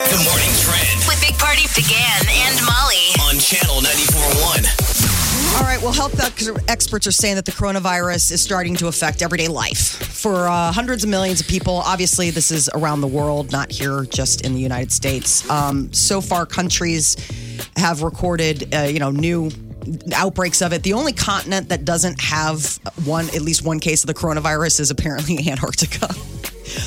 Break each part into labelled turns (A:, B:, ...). A: The morning trend
B: with Big Party began and Molly.
A: on channel 94.1.
C: All right. Well, health ex- experts are saying that the coronavirus is starting to affect everyday life for uh, hundreds of millions of people. Obviously, this is around the world, not here, just in the United States. Um, so far, countries have recorded, uh, you know, new outbreaks of it. The only continent that doesn't have one, at least one case of the coronavirus, is apparently Antarctica.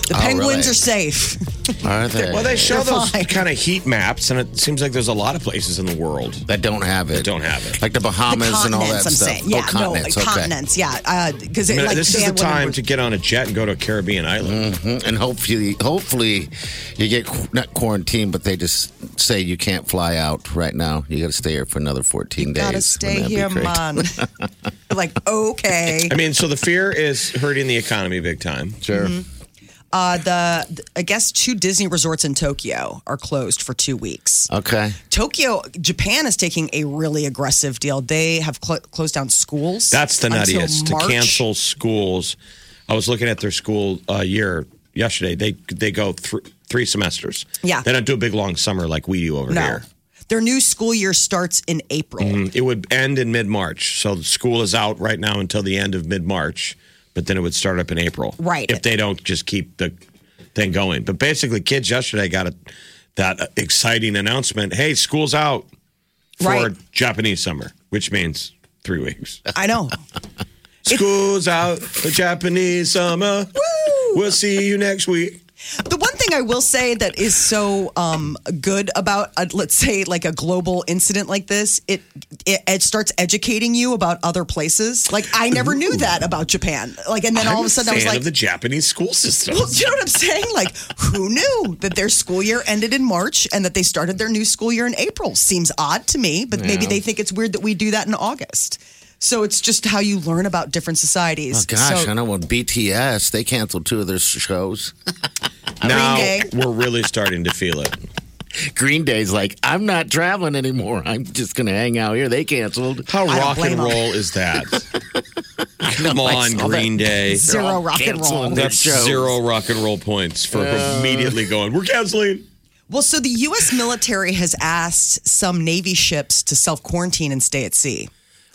C: The penguins
D: Oh, really?
C: are safe.
D: Are they?
E: Well, they show
C: They're
E: those
C: fine.
E: kind of heat maps, and it seems like there's a lot of places in the world.
D: that don't have it.
E: don't have it.
D: Like the Bahamas
C: the
D: and all that
C: continents, I'm
D: stuff.
C: saying. Yeah,
D: oh, continents.
C: no,
D: okay.
C: continents. Yeah, because
E: I mean,
C: like,
E: this
C: they
E: is the
C: had one in
E: time
C: Brazil.
E: to get on a jet and go to a Caribbean
C: Mm-hmm.
E: island.
D: Mhm. And hopefully, hopefully, you get qu- not quarantined, but they just say you can't fly out right now. You got to stay here for another 14 days.
C: Gotta
D: Wouldn't
C: stay
D: that be
C: here,
D: great?
C: man. like, okay.
E: I mean, so the fear is hurting the economy big time.
D: Sure.
C: Uh, the, th- I guess two Disney resorts in Tokyo are closed for two weeks.
D: Okay.
C: Tokyo, Japan is taking a really aggressive deal. They have cl- closed down schools.
E: That's the
C: until
E: nuttiest to
C: March.
E: cancel schools. I was looking at their school uh, year yesterday. They they go thr three semesters.
C: Yeah.
E: they don't do a big long summer like we do over
C: No.
E: here.
C: Their new school year starts in April.
E: It would end in mid March, so the school is out right now until the end of mid March, but then it would start up in April,
C: Right.
E: If they don't just keep the thing going. But basically, kids yesterday got a, that exciting announcement: "Hey, school's out for
C: Right.
E: Japanese summer," which means three weeks.
C: I know.
E: School's out for Japanese summer. We'll see you next week.
C: The one thing I will say that is so um, good about, uh, let's say, like a global incident like this, it, it it starts educating you about other places. Like I never knew that about Japan. Like, and then all of a sudden I
E: fan
C: was like,
E: of the Japanese school system.
C: well, you know what I'm saying? Like, who knew that their school year ended in March and that they started their new school year in April? Seems odd to me, but maybe they think it's weird that we do that in August. So it's just how you learn about different
D: Oh,
C: societies.
D: gosh.
C: So-
D: I know when BTS, they canceled two of their shows.
E: now
C: Day.
E: we're really starting to feel it.
D: Green Day's like, I'm not traveling anymore. I'm just going to hang out here. They canceled.
E: How
C: I don't
E: rock and
C: blame 'em.
E: roll is that? Come on,
D: saw
E: Green Day.
D: They're
C: Zero
D: all
C: rock and roll.
D: canceling their
E: That's
D: shows.
E: zero rock and roll points for immediately going, we're canceling.
C: Well, so the U.S. military has asked some Navy ships to self quarantine and stay at sea.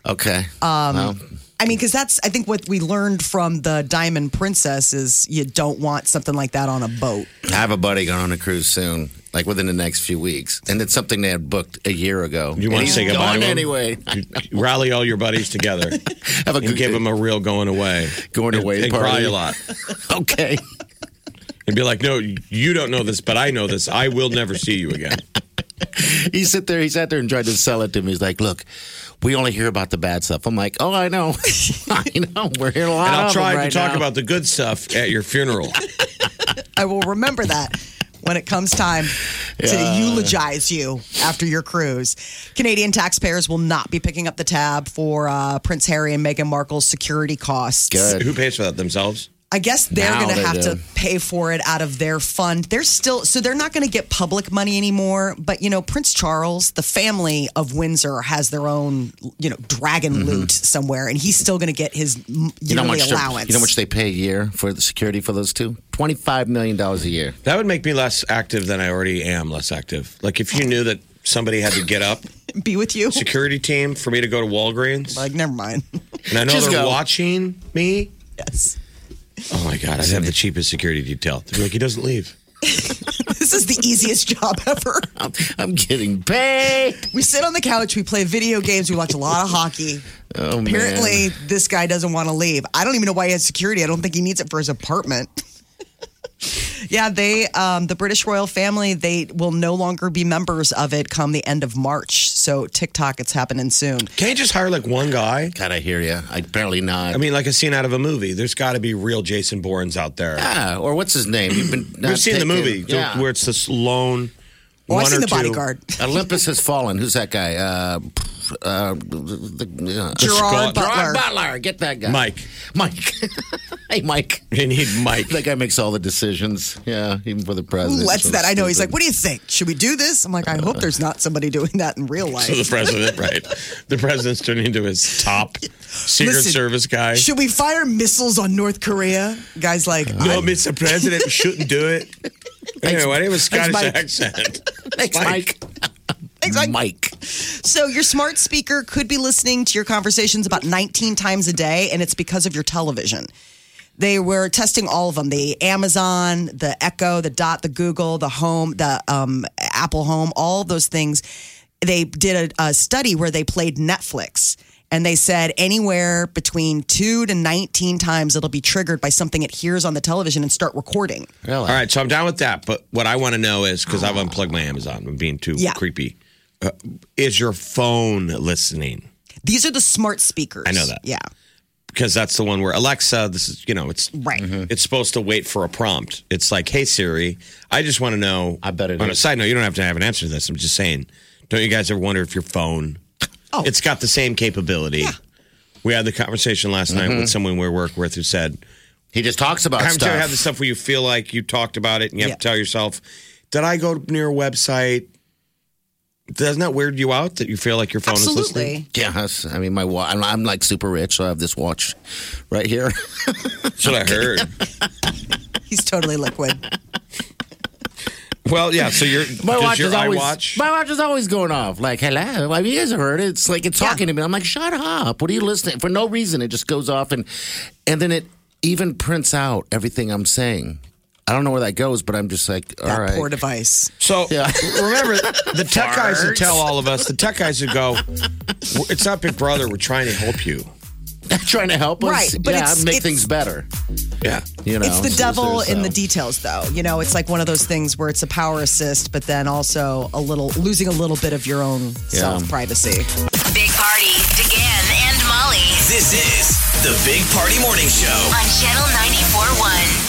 D: Okay.
C: Uh,
D: Well,
C: I mean, because that's, I think, what we learned from the Diamond Princess is you don't want something like that on a boat.
D: I have a buddy going on a cruise soon, like within the next few weeks, and it's something they had booked a year ago.
E: You want
D: And
E: to say
D: he's
E: goodbye
D: gone
E: to 'em?
D: anyway.
E: You rally all your buddies together
D: Have a
E: and
D: good
E: give them a real going away.
D: Going
E: And-
D: away
E: and
D: party.
E: cry a lot.
D: okay.
E: And be like, no, you don't know this, but I know this. I will never see you again.
D: He sit there. He sat there and tried to sell it to me. He's like, "Look, we only hear about the bad stuff." I'm like, "Oh, I know, I know. We're hearing a lot
E: And I'll
D: of
E: try
D: them right
E: to talk
D: now."
E: about the good stuff at your funeral.
C: I will remember that when it comes time to eulogize you after your cruise. Canadian taxpayers will not be picking up the tab for uh, Prince Harry and Meghan Markle's security costs.
D: Good.
E: Who pays for that? Themselves?
C: I guess they're
D: Now
C: going to
D: they
C: have to
D: do.
C: pay for it out of their fund. They're still, so they're not going to get public money anymore. But, you know, Prince Charles, the family of Windsor, has their own, you know, dragon loot somewhere, and he's still going to get his m- yearly
D: Mm-hmm. You know, how much they're-
C: allowance.
D: you know how much they pay a year for the security for those two? Twenty-five million dollars a year.
E: That would make me less active than I already am, less active. Like if you knew that somebody had to get up,
C: be with you?
E: security team for me to go to Walgreens,
C: Like, never mind.
E: and I know
D: Just
E: they're
D: go.
E: watching me.
C: yes.
E: Oh my God, I'd have the cheapest security detail. They'd be like, he doesn't leave.
C: This is the easiest job ever.
D: I'm, I'm getting paid.
C: We sit on the couch, we play video games, we watch a lot of hockey.
D: Oh,
C: Apparently,
D: man.
C: this guy doesn't want to leave. I don't even know why he has security. I don't think he needs it for his apartment. yeah, they, um, the British royal family, they will no longer be members of it come the end of March. So TikTok, it's happening soon.
E: Can't you just hire like one guy?
D: God, I hear you. I apparently not.
E: I mean, like a scene out of a movie. There's got to be real Jason Bournes out there.
D: ah, or what's his name? You've been.
E: We've seen the movie
D: Yeah.
E: where it's this lone
C: Oh, I've
E: one
C: seen
E: or
C: the
E: two-
C: bodyguard.
D: Olympus has fallen. Who's that guy? Uh, uh, the, uh,
C: Gerard
E: Scott.
C: Butler.
D: Gerard Butler. Get that guy.
E: Mike.
D: Mike. hey, Mike.
E: You need Mike.
D: That guy makes all the decisions. Yeah, even for the president.
C: Ooh, that's
D: So
C: that. I know. He's like,
D: stupid.
C: what do you think? Should we do this? I'm like, I hope there's not somebody doing that in real
E: So the
C: life.
E: president, right? The president's turned into his top Secret
C: Listen,
E: Service guy.
C: Should we fire missiles on North Korea? Guys, like,
E: no, Mr. President, we shouldn't do it. Anyway, why do you have a Scottish
D: Mike.
E: accent?
D: Thanks, Mike. Mike.
C: So your smart speaker could be listening to your conversations about 19 times a day, and it's because of your television. They were testing all of them: the Amazon, the Echo, the Dot, the Google, the Home, the um, Apple Home, all those things. They did a, a study where they played Netflix, and they said anywhere between two to 19 times it'll be triggered by something it hears on the television and start recording.
D: Really?
E: All right, so I'm down with that. But what I want to know is because I've unplugged my Amazon, I'm being too
C: Yeah.
E: creepy. Uh, is your phone listening?
C: These are the smart speakers.
E: I know that.
C: Yeah.
E: Because that's the one where Alexa, this is you know, it's
C: Right.
E: it's supposed to wait for a prompt. It's like, hey Siri, I just want to know.
D: I bet it
E: On a
D: is.
E: side note, you don't have to have an answer to this. I'm just saying. Don't you guys ever wonder if your phone?
C: Oh.
E: It's got the same capability. We had the conversation last
D: Mm-hmm.
E: night with someone we work with who said,
D: He just talks about
E: How many times
D: stuff.
E: have you had the stuff where you feel like you talked about it and you have to
C: Yeah.
E: tell yourself, did I go near a website? Doesn't that weird you out that you feel like your phone is listening?
C: Absolutely.
D: yeah, that's- I mean, my wa- I'm, I'm like super rich, so I have this watch right here.
E: That's what I heard.
C: He's totally liquid.
E: well, yeah. So your
D: My
E: does
D: watch
E: your
D: is always
E: iWatch?
D: my watch is always going off. Like, hello, have you guys ever heard it? It's like it's talking to me. I'm like, shut up. What are you listening? For no reason, it just goes off, and and then it even prints out everything I'm saying. I don't know where that goes, but I'm just like, all right.
C: That poor device.
E: So
D: Yeah.
E: remember the tech guys who
D: Farts.
E: tell all of us, the tech guys who go, "We're- it's not Big Brother. We're trying to help you.
D: trying to help us,
C: Right, but
D: yeah,
C: it's-
D: make
C: it's-
D: things better.
E: Yeah.
D: You know,
C: It's the
D: so
C: devil
D: there's,
C: in
D: uh,
C: the details, though. You know, it's like one of those things where it's a power assist, but then also a little losing a little bit of your own
D: Yeah.
C: self privacy.
B: Big Party, DeGan and Molly
A: This is the Big Party Morning Show.
B: on Channel 94.1.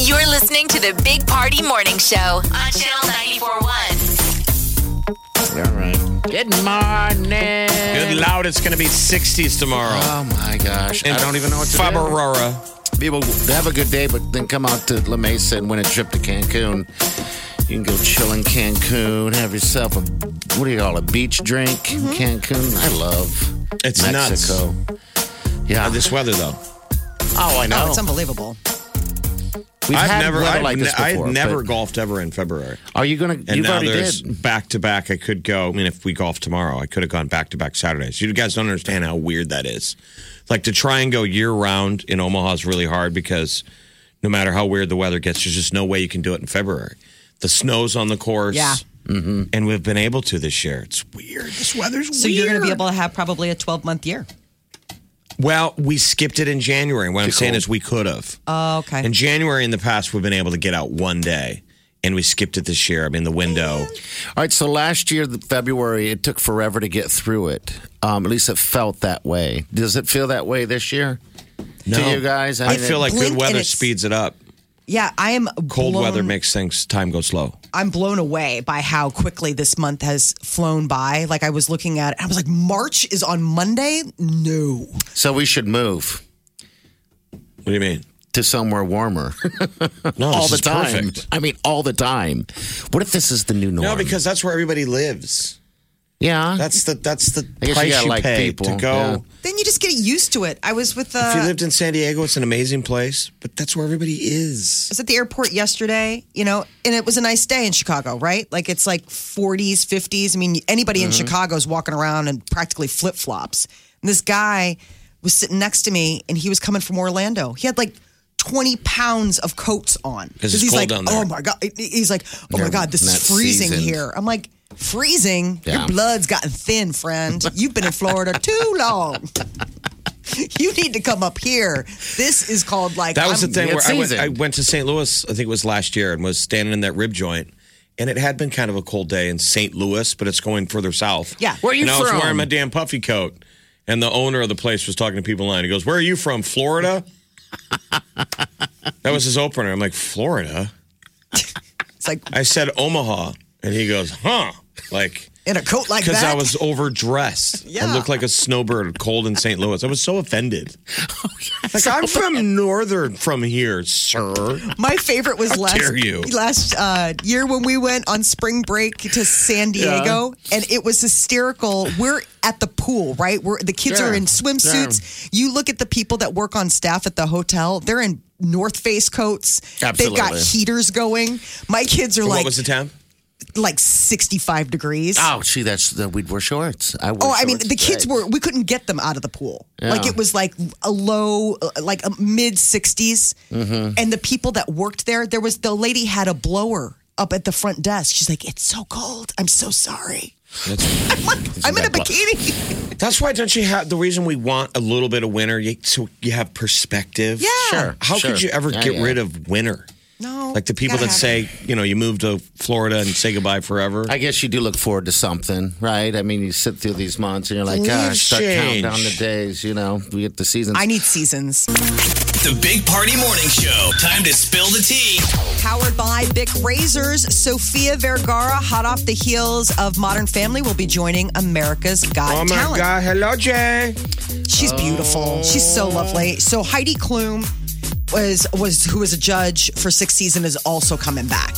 B: You're listening to the Big Party Morning Show on Channel 94.1.
D: All right. Good morning.
E: Good loud. It's going to be 60s tomorrow.
D: Oh my gosh! I don't even know what to do.
E: Fabarora.
D: People have a good day, but then come out to La Mesa and win a trip to Cancun. You can go chill in Cancun, have yourself a what do you call it, a beach drink
C: Mm-hmm.
D: in Cancun. I love
E: It's
D: Mexico. Yeah,
E: nuts. Uh, This weather though.
D: oh I know.
C: Oh, it's unbelievable.
D: We've
E: I've
D: had
E: never,
D: weather
E: I've
D: like
E: ne-
D: this
E: I
D: before.
E: had never
D: but
E: golfed ever in February.
D: Are you gonna?
E: And
D: you've
E: now
D: already
E: there's
D: did.
E: back to back. I could go. I mean, if we golf tomorrow, I could have gone back to back Saturdays. You guys don't understand how weird that is. Like to try and go year round in Omaha is really hard because no matter how weird the weather gets, there's just no way you can do it in February. The snow's on the course.
C: Yeah. Mm-hmm.
E: And we've been able to this year. It's weird. This weather's
C: So you're going to be able to have probably a 12 month year.
E: Well, we skipped it in January. What I'm
D: Too
E: saying
D: cold.
E: is we could have.
C: Oh, okay.
E: In January in the past, we've been able to get out one day, and we skipped it this year. I mean, the window.
D: All right, so last year, the February, it took forever to get through it. Um, at least it felt that way. Does it feel that way this year? To you guys,
E: I
D: mean,
E: feel
D: it-
E: like good
C: Blink and
E: weather
C: it's-
E: speeds it up.
C: yeah, I am
E: Cold
C: blown-
E: weather makes things time go slow.
C: I'm blown away by how quickly this month has flown by. Like I was looking at it, I was like, March is on Monday. No,
D: so. We should move
E: What do you mean?
D: to somewhere warmer
E: No,
D: all
E: this
D: the
E: is
D: time.
E: perfect.
D: I mean, all the time. What if this is the new norm?
E: No, because that's where everybody lives.
D: Yeah.
F: That's the that's the
D: I guess you
F: price
D: gotta
F: you,
D: like
F: pay
D: people,
F: to go.
D: yeah.
C: Then you just get used to it. I was with
E: If you
C: uh,
E: lived in San Diego, it's an amazing place, but that's where everybody is.
C: I was at the airport yesterday, you know, and it was a nice day in Chicago, right? Like it's like 40s, 50s. I mean, anybody
E: Mm-hmm.
C: in Chicago is walking around in practically flip flops. And this guy was sitting next to me, and he was coming from Orlando. He had like 20 pounds of coats on
E: 'Cause it's
C: he's
E: cold
C: like,
E: down there.
C: oh my god, he's like, oh my
D: They're
C: god, this is
D: not
C: freezing
D: seasoned.
C: here. I'm like. Freezing.
D: Yeah.
C: Your blood's gotten thin, friend. You've been in Florida too long. you need to come up here. This is called like
E: That was
C: I'm-
E: the thing
D: Yeah,
E: where
D: it's
E: I went,
D: seasoned.
E: I went to St. Louis, I think it was last year, and was standing in that rib joint. And it had been kind of a cold day in St. Louis, but it's going further south.
C: Yeah.
D: Where are you
E: and I was
D: from?
E: wearing my damn puffy coat. And the owner of the place was talking to people online. He goes, Where are you from? Florida? that was his opener. I'm like, Florida?
C: It's like
E: I said Omaha. And he goes, Huh? Like,
C: in a coat like
E: because
C: that.
E: I was overdressed. I
C: Yeah.
E: looked like a snowbird cold in St. Louis. I was so offended. Like, I'm from northern from here, sir.
C: My favorite was last
E: dare you.
C: last uh, year when we went on spring break to San Diego, and it was hysterical. We're at the pool, right? We're the kids
D: Sure.
C: are in swimsuits. You look at the people that work on staff at the hotel; they're in North Face coats. They've got
D: Absolutely.
C: heaters going. My kids are
E: what
C: like
E: was the town?
C: like sixty five degrees.
D: Oh, see, that's the, we'd wear shorts. I wore
C: Oh, I mean,
D: shorts
C: the kids
D: today.
C: were, we couldn't get them out of the pool. Like,
D: Yeah.
C: it was like a low, uh, like a mid 60s.
E: Mm-hmm.
C: And the people that worked there, there was the lady had a blower up at the front desk. She's like, It's so cold. I'm so sorry. I'm like, I'm in a bikini.
E: That's why don't you have the reason we want a little bit of winter you, so you have perspective.
C: Yeah.
D: Sure,
E: How
D: sure.
E: could you ever
D: Yeah,
E: get
D: yeah.
E: rid of winter?
C: No.
E: Like the people
C: Oh, gotta
E: that
C: have it.
E: say, you know, you move to Florida and say goodbye forever.
D: I guess you do look forward to something, right? I mean, you sit through these months and you're like,
E: Leaves
D: gosh, start counting
E: change.
D: down the days, you know, we get the seasons.
C: I need seasons.
A: The Big Party Morning Show. Time to spill the tea.
C: Powered by Bic Razors, Sophia Vergara, hot off the heels of Modern Family, will be joining America's Got
E: Oh,
C: Talent.
E: hello Jay.
C: She's beautiful. She's so lovely. So Heidi Klum was was who was a judge for sixth season is also coming back.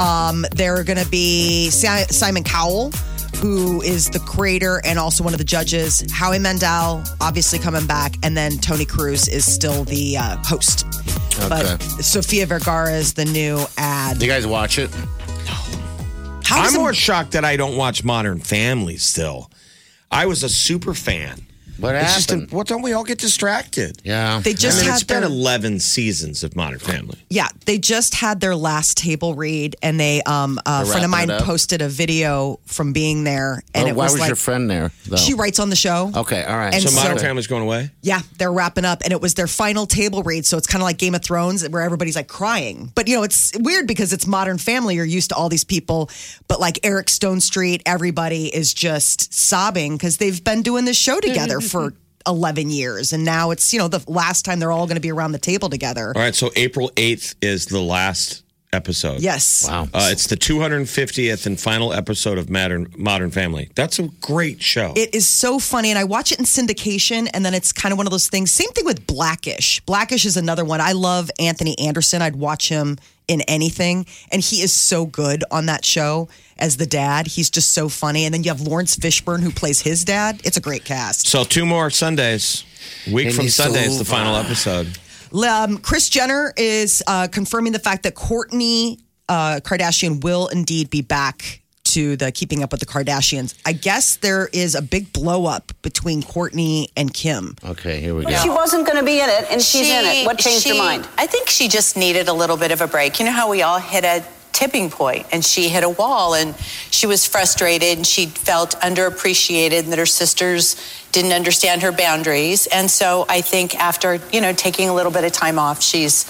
C: Um, they're going to be Si- Simon Cowell, who is the creator and also one of the judges. Howie Mandel obviously coming back, and then Tony Cruz is still the uh, host. But Sofia Vergara is the new ad.
D: Do you guys watch it?
C: How
E: I'm
C: does it-
E: more shocked that I don't watch Modern Family still. I was a super fan.
D: What
E: It's just
D: happened?
E: what don't we all get distracted?
D: yeah.
C: they
E: I
C: just
E: mean,
C: had
E: it's been
C: their-
E: 11 seasons of Modern Family.
C: Yeah, they just had their last table read, and they um, a
D: They're
C: friend of
D: wrapping
C: mine
D: it up?
C: posted a video from being there, and
D: Well,
C: it
D: Oh, why
C: was,
D: was
C: like
D: your friend there? Though?
C: she writes on the show.
D: Okay, all right.
C: And
E: So,
C: So-
E: Modern Family's going away?
C: Yeah, they're wrapping up, and it was their final table read, so it's kind of like Game of Thrones, where everybody's like crying. But you know, it's weird because it's Modern Family. You're used to all these people, but like Eric Stone Street, everybody is just sobbing because they've been doing this show together for. 11 years and now it's you know the last time they're all going to be around the table together
E: All right, so April 8th is the last episode.
C: yes
D: wow.
E: Uh, it's the 250th and final episode of Modern, Modern Family. That's a great show.
C: It is so funny, and I watch it in syndication, and then it's kind of one of those things. Same thing with Blackish. Blackish is another one. I love Anthony Anderson. I'd watch him in anything, and he is so good on that show as the dad. He's just so funny. And then you have Lawrence Fishburne who plays his dad. It's a great cast.
E: so two more Sundays. Week
D: And
E: from
D: it's
E: Sunday is
D: over.
E: the final episode.
C: Um, Chris Jenner is uh, confirming the fact that Courtney uh, Kardashian will indeed be back to the Keeping Up with the Kardashians. I guess there is a big blow up between Courtney and Kim.
D: okay, here we go.
G: She wasn't going to be in it, and she's in it. What changed
H: she-
G: your mind?
H: I think she just needed a little bit of a break. You know how we all hit a tipping point, and she hit a wall, and she was frustrated, and she felt underappreciated, and that her sisters didn't understand her boundaries. And so I think after you know taking a little bit of time off, she's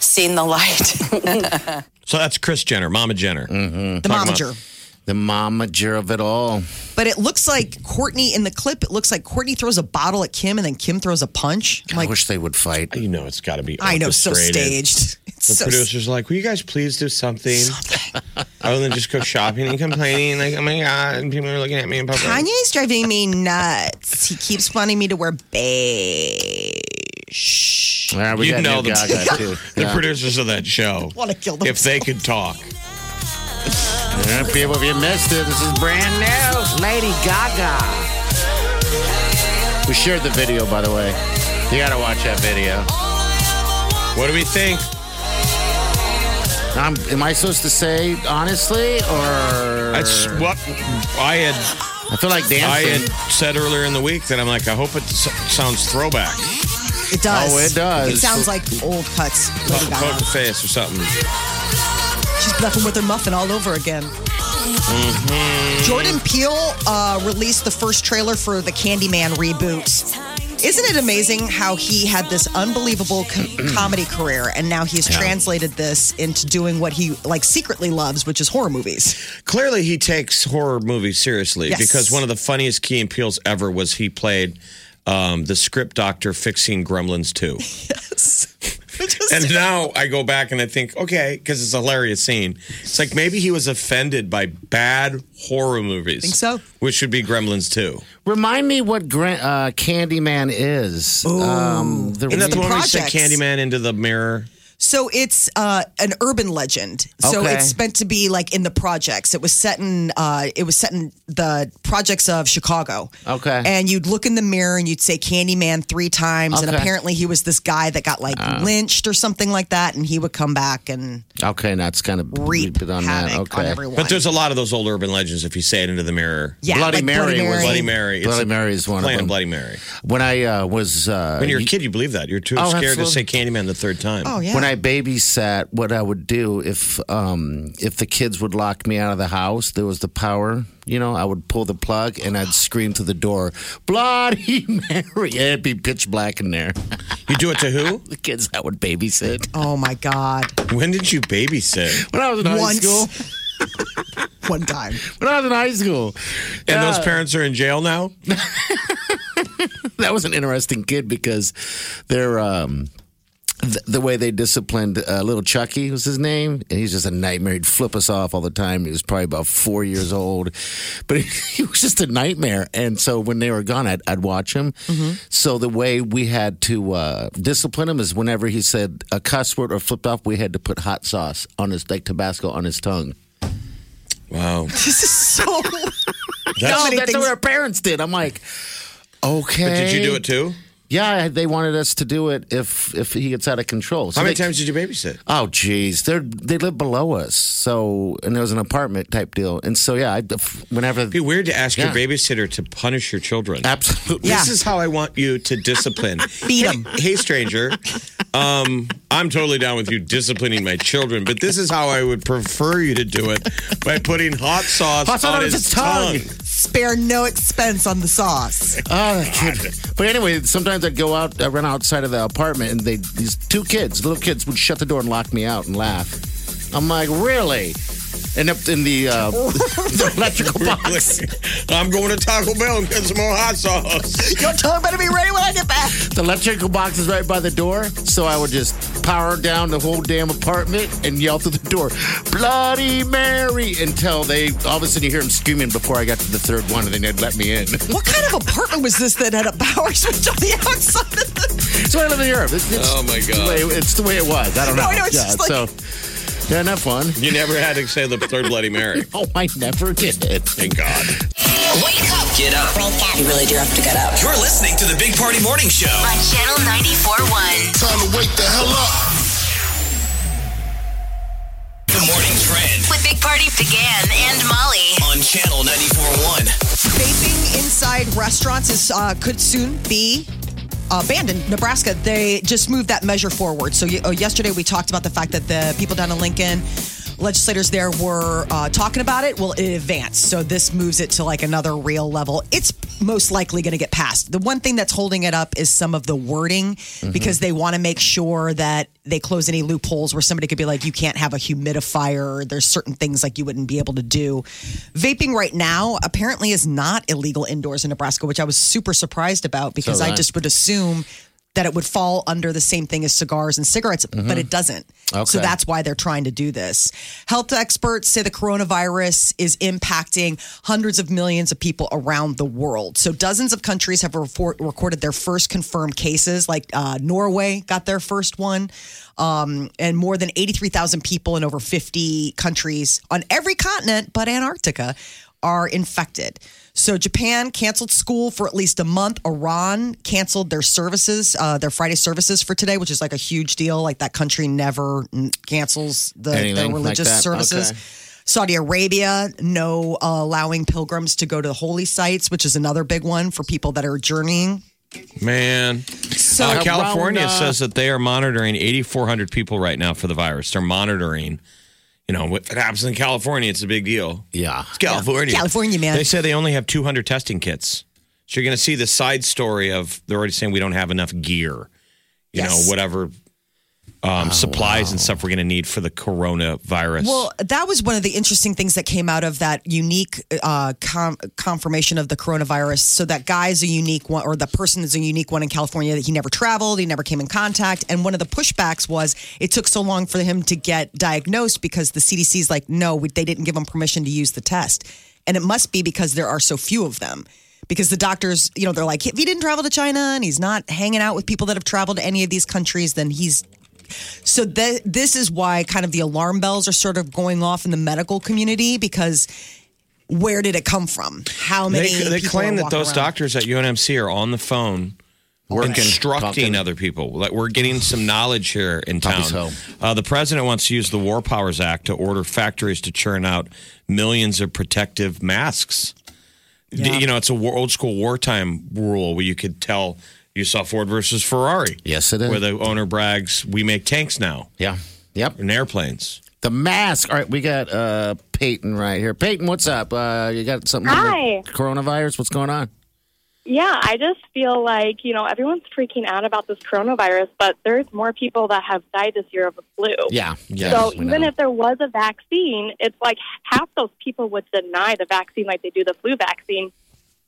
H: seen the light.
E: So that's Chris Jenner, Mama Jenner.
C: Mm-hmm. The momager.
D: The momager of it all.
C: But it looks like Courtney in the clip. It looks like Courtney throws a bottle at Kim, and then Kim throws a punch. I'm
D: I
C: like,
D: wish they would fight.
E: You know, it's got to be.
C: I know, so
E: orchestrated.
C: staged. It's
E: The
C: so
E: producer's like, will you guys please do something, other than just go shopping and complaining? Like, oh my God, and people are looking at me in public.
C: Kanye's driving me nuts. He keeps wanting me to wear beige.
D: All right, we
E: you
D: got
E: know
D: Lady
E: the,
D: Gaga, too.
E: the
D: Yeah.
E: producers of that show.
C: Wanna kill
E: If they could talk.
D: All right, people, if you missed it, this is brand new. Lady Lady Gaga. We shared the video, by the way. You got to watch that video.
E: What do we think?
D: I'm, am I supposed to say honestly, or
E: That's what I had.
D: I feel like dancing.
E: I had said earlier in the week that I'm like, I hope it s- sounds throwback,
C: It does.
D: Oh, it does.
C: It sounds like old cuts. Lady
E: poker
C: Gaga.
E: face or something.
C: She's nothing with her muffin all over again. Jordan Peele uh, released the first trailer for the Candyman reboot. Isn't it amazing how he had this unbelievable com- comedy career and now he's translated this into doing what he like secretly loves, which is horror movies?
E: Clearly, he takes horror movies seriously
C: Yes.
E: because one of the funniest Key and Peels ever was he played um, the script doctor fixing Gremlins 2.
C: Just-
E: And now I go back and I think, okay, because it's a hilarious scene. It's like maybe he was offended by bad horror movies.
C: Think so?
E: Which should be Gremlins 2.
D: Remind me what Gran- uh, Candyman is. Um, the
E: Isn't that the
D: re-
E: one where
C: Projects.
E: he sent Candyman into the mirror?
C: So it's uh, an urban legend. So
D: Okay.
C: it's meant to be like in the projects. It was set in uh, it was set in the projects of Chicago.
D: Okay.
C: And you'd look in the mirror and you'd say Candyman three times, and
D: Okay.
C: apparently he was this guy that got like lynched or something like that, and he would come back and
D: okay, now it's kind of
C: reap
D: on that.
C: havoc on
D: Okay,
C: everyone.
E: But there's a lot of those old urban legends if you say it into the mirror.
C: yeah,
D: Bloody
C: like
D: Mary was-
E: Bloody Mary. It's
D: Bloody
E: a-
D: Mary is one of
E: playing
D: them.
E: Bloody Mary.
D: when I uh, was uh,
E: When you're a kid, you believe that. You're too
D: Oh,
E: scared to
D: absolutely.
E: say Candyman the third time.
C: Oh yeah.
D: when I babysat, what I would do if um, if the kids would lock me out of the house, there was the power. You know, I would pull the plug and I'd scream through the door, "Bloody Mary!" Yeah, It'd be pitch black in there.
E: You do it to who?
D: The kids I would babysit
C: oh my god.
E: When did you babysit?
D: when I was in high
C: Once.
D: school.
C: One time.
D: When I was in high school,
E: And those parents are in jail now?
D: that was an interesting kid because they're um th- the way they disciplined uh, little Chucky was his name, and he's just a nightmare. He'd flip us off all the time. He was probably about four years old, but he, he was just a nightmare. And so when they were gone, I'd, I'd watch him. So the way we had to uh, discipline him is whenever he said a cuss word or flipped off, we had to put hot sauce on his like Tabasco on his tongue.
E: Wow.
C: This is so.
D: no,
C: many
D: that's
C: things-
D: what our parents did. I'm like, okay.
E: But did you do it too?
D: Yeah, they wanted us to do it if if he gets out of control. So
E: How many
D: they-
E: times did you babysit?
D: Oh, geez, they they live below us, so and it was an apartment type deal, and so yeah, I, whenever
E: It'd be weird to ask
D: Yeah.
E: your babysitter to punish your children.
D: absolutely,
C: Yeah.
E: This is how I want you to discipline.
C: Beat
E: Hey-
C: 'em.
E: Hey, stranger. Um, I'm totally down with you disciplining my children, but this is how I would prefer you to do it by putting hot sauce,
D: Hot sauce on
E: his,
D: his tongue.
C: Spare no expense on the sauce.
D: Oh, that kid. But anyway, sometimes I'd go out, I run outside of the apartment, and they these two kids, little kids, would shut the door and lock me out and laugh. I'm like, really? And up in the, uh, the electrical box,
E: I'm going to Taco Bell and get some more hot sauce.
C: Your tongue better be ready when I get back.
D: the electrical box is right by the door, so I would just power down the whole damn apartment and yell through the door, "Bloody Mary!" until they all of a sudden you hear them screaming before I got to the third one, and then they'd let me in.
C: What kind of apartment was this that had a power switch on the outside?
D: so I live in Europe. It's, it's
E: Oh, my
D: The
E: God.
D: way, it's the way it was. I don't
C: No,
D: know.
C: I know, it's
D: yeah,
C: just like-
D: so yeah, not fun.
E: You never had to say the third Bloody Mary.
D: Oh, I never did it.
E: Thank God.
B: Wake up.
A: Get up.
G: You really do have to get up.
A: You're listening to the Big Party Morning Show.
B: On Channel 94.1.
F: Time to wake the hell up.
A: The Morning Trend
B: With Big Party began and Molly.
A: on Channel 94.1.
C: Vaping inside restaurants is uh, could soon be abandoned. Nebraska, they just moved that measure forward. So ye- oh, yesterday we talked about the fact that the people down in Lincoln. Legislators there were uh, talking about it. Well, it advanced. So this moves it to like another real level. It's most likely going to get passed. The one thing that's holding it up is some of the wording because they want to make sure that they close any loopholes where somebody could be like, you can't have a humidifier. There's certain things like you wouldn't be able to do. Vaping right now apparently is not illegal indoors in Nebraska, which I was super surprised about because I
D: right.
C: just would assume that it would fall under the same thing as cigars and cigarettes, but it doesn't. So
D: Okay.
C: that's why they're trying to do this. Health experts say the coronavirus is impacting hundreds of millions of people around the world. So dozens of countries have refor- recorded their first confirmed cases, like uh, Norway got their first one, um, and more than 83,000 people in over 50 countries on every continent but Antarctica are infected. So Japan canceled school for at least a month. Iran canceled their services, uh, their Friday services for today, which is like a huge deal. Like that country never n- cancels the, their
D: Anything like
C: religious
D: that?
C: services.
D: Okay.
C: Saudi Arabia, no uh, allowing pilgrims to go to the holy sites, which is another big one for people that are journeying.
E: Man. Uh, California
C: Corona.
E: says that they are monitoring 8,400 people right now for the virus. They're monitoring. You know, if it happens in California, it's a big deal.
D: Yeah.
E: It's California.
C: California, man.
E: They said they only have 200 testing kits. So you're going to see the side story of they're already saying we don't have enough gear, you
C: Yes. Oh,
E: know, whatever um, supplies and stuff we're going to need for the coronavirus.
C: Well, that was one of the interesting things that came out of that unique uh, com- confirmation of the coronavirus. So that guy's a unique one, or the person is a unique one in California that he never traveled, he never came in contact. And one of the pushbacks was it took so long for him to get diagnosed because the CDC's like, no, we, they didn't give him permission to use the test, and it must be because there are so few of them. Because the doctors, you know, they're like, if he didn't travel to China and he's not hanging out with people that have traveled to any of these countries, then he's so th- this is why kind of the alarm bells are sort of going off in the medical community because where did it come from? How many?
E: they, they
C: people
E: claim
C: are
E: that those
C: walking around?
E: doctors at UNMC are on the phone instructing
D: Talking.
E: other people. Like we're getting some knowledge here in
D: Probably
E: town.
D: so.
E: Uh, the president wants to use the War Powers Act to order factories to churn out millions of protective masks. D-
C: Yeah.
E: You know, it's a war, old school wartime rule where you could tell you saw Ford versus Ferrari.
D: Yes, it is.
E: Where the owner brags, "We make tanks now
D: yeah. Yep.
E: and airplanes."
D: The mask. All right, we got uh Peyton right here. Peyton, what's up? Uh you got something
F: Hi.
D: on the coronavirus? What's going on?
F: Yeah, I just feel like, you know, everyone's freaking out about this coronavirus, but there's more people that have died this year of the flu.
D: Yeah. Yeah.
F: so
D: we
F: even
D: know.
F: if there was a vaccine, it's like half those people would deny the vaccine like they do the flu vaccine.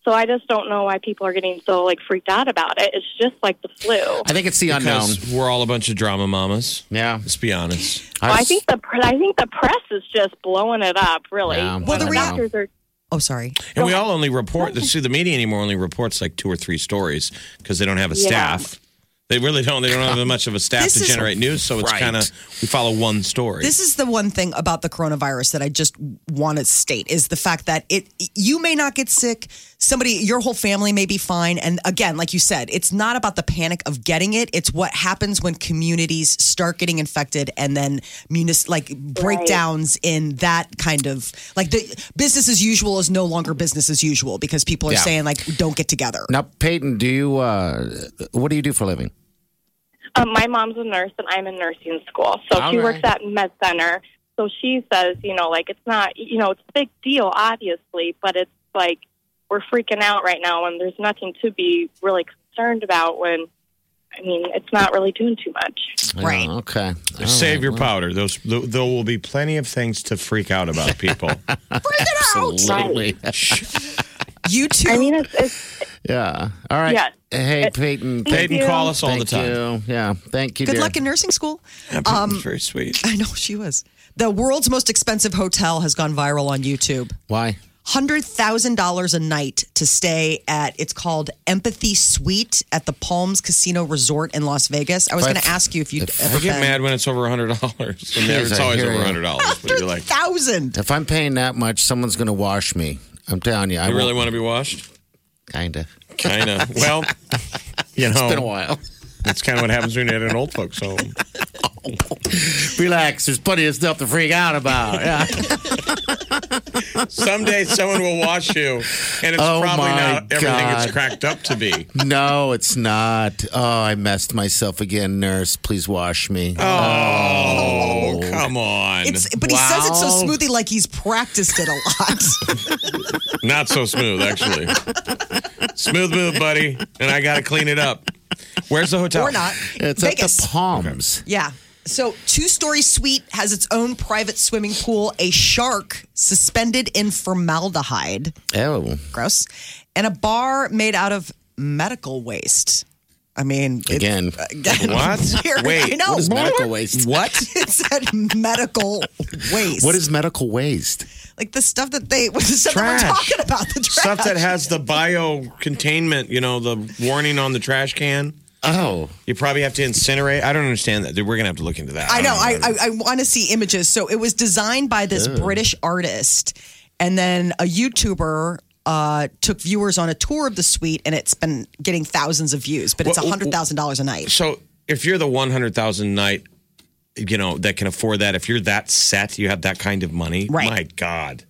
F: So I just don't know why people are getting so like freaked out about it. It's just like the flu.
D: I think it's the unknown.
E: Because we're all a bunch of drama mamas.
D: Yeah.
E: Let's be honest.
F: I, think the pre- I think the press is just blowing it up, really.
D: Yeah,
F: You
D: Well,
F: know,
C: the
F: the
C: rea-
F: doctors are
C: Oh, sorry.
E: And we all only report, see, the media anymore only reports like two or three stories because they don't have a
F: Yeah.
E: staff. They really don't. They don't have much of a staff
C: This
E: to
C: is-
E: generate news. So it's
D: Right.
E: kind of, we follow one story.
C: This is the one thing about the coronavirus that I just want to state is the fact that it you may not get sick, somebody your whole family may be fine and again, like you said, it's not about the panic of getting it, it's what happens when communities start getting infected and then munis- like breakdowns in that kind of like the business as usual is no longer business as usual because people are
D: Yeah.
C: saying like don't get together.
D: Now, Peyton, do you uh what do you do for a living?
F: Um, my mom's a nurse, and I'm in nursing school. So
D: All
F: she
D: right.
F: works at Med Center. So she says, you know, like it's not, you know, it's a big deal, obviously, but it's like we're freaking out right now, and there's nothing to be really concerned about. When, I mean, it's not really doing too much.
C: Right.
D: Yeah, okay. All
E: Save
D: right,
E: your
D: well,
E: powder. Those, th- there will be plenty of things to freak out about, people.
D: Absolutely.
C: You too.
F: I mean, it's, it's
D: yeah. All right.
F: Yes.
D: Hey, Peyton.
F: Thank
E: Peyton,
F: you.
E: call us all
D: Thank
E: the time.
D: you. Yeah. Thank you.
C: Good
D: dear.
C: luck in nursing school.
E: Um, very sweet.
C: I know she was. The world's most expensive hotel has gone viral on YouTube.
D: Why?
C: $100,000 a night to stay at, it's called Empathy Suite at the Palms Casino Resort in Las Vegas. I was
D: If I-
C: going to ask you if you'd
D: if
E: I
C: ever
E: get
C: been.
E: mad when it's over hundred dollars. It's
D: I
E: always
D: hear
E: over
D: you.
E: hundred dollars. But you're like,
C: 1000
D: If I'm paying that much, someone's going to wash me. I'm telling you. I
E: you really want to be washed?
D: Kind of.
E: Kind of. Well, you know,
D: Been a while.
E: that's kind of what happens when you're at an old folks' home.
D: Relax. There's plenty of stuff to freak out about. Yeah.
E: Someday someone will wash you, and it's
D: Oh
E: probably
D: my
E: not everything
D: God.
E: it's cracked up to be.
D: no, it's not. Oh, I messed myself again, nurse. Please wash me.
E: Oh, come on.
C: It's, but he says it so
D: Wow.
C: smoothly, like he's practiced it a lot.
E: not so smooth, actually. smooth move, buddy. And I got to clean it up. Where's the hotel?
C: or not.
D: It's
C: Vegas.
D: at the Palms.
C: Yeah. So, two story suite has its own private swimming pool, a shark suspended in formaldehyde.
D: Oh.
C: gross. And a bar made out of medical waste. I mean, it-
D: Again.
C: again,
E: What?
C: weird.
E: Wait,
C: I know.
D: What is medical waste?
E: What?
C: It said medical waste.
D: What is medical waste?
C: like the stuff that they what the stuff that we're
E: Trash.
C: talking about? The trash.
E: Stuff that has the bio containment, you know, the warning on the trash can.
D: Oh.
E: You probably have to incinerate. I don't understand that. Dude, We're going to have to look into that.
C: I know.
E: don't
C: I I, I want to see images. So it was designed by this British artist, And then a YouTuber uh, took viewers on a tour of the suite, and it's been getting thousands of views, but it's
E: Well,
C: $100,000 a night.
E: So if you're the 100,000 night, you know, that can afford that, if you're that set, you have that kind of money. Right. My God.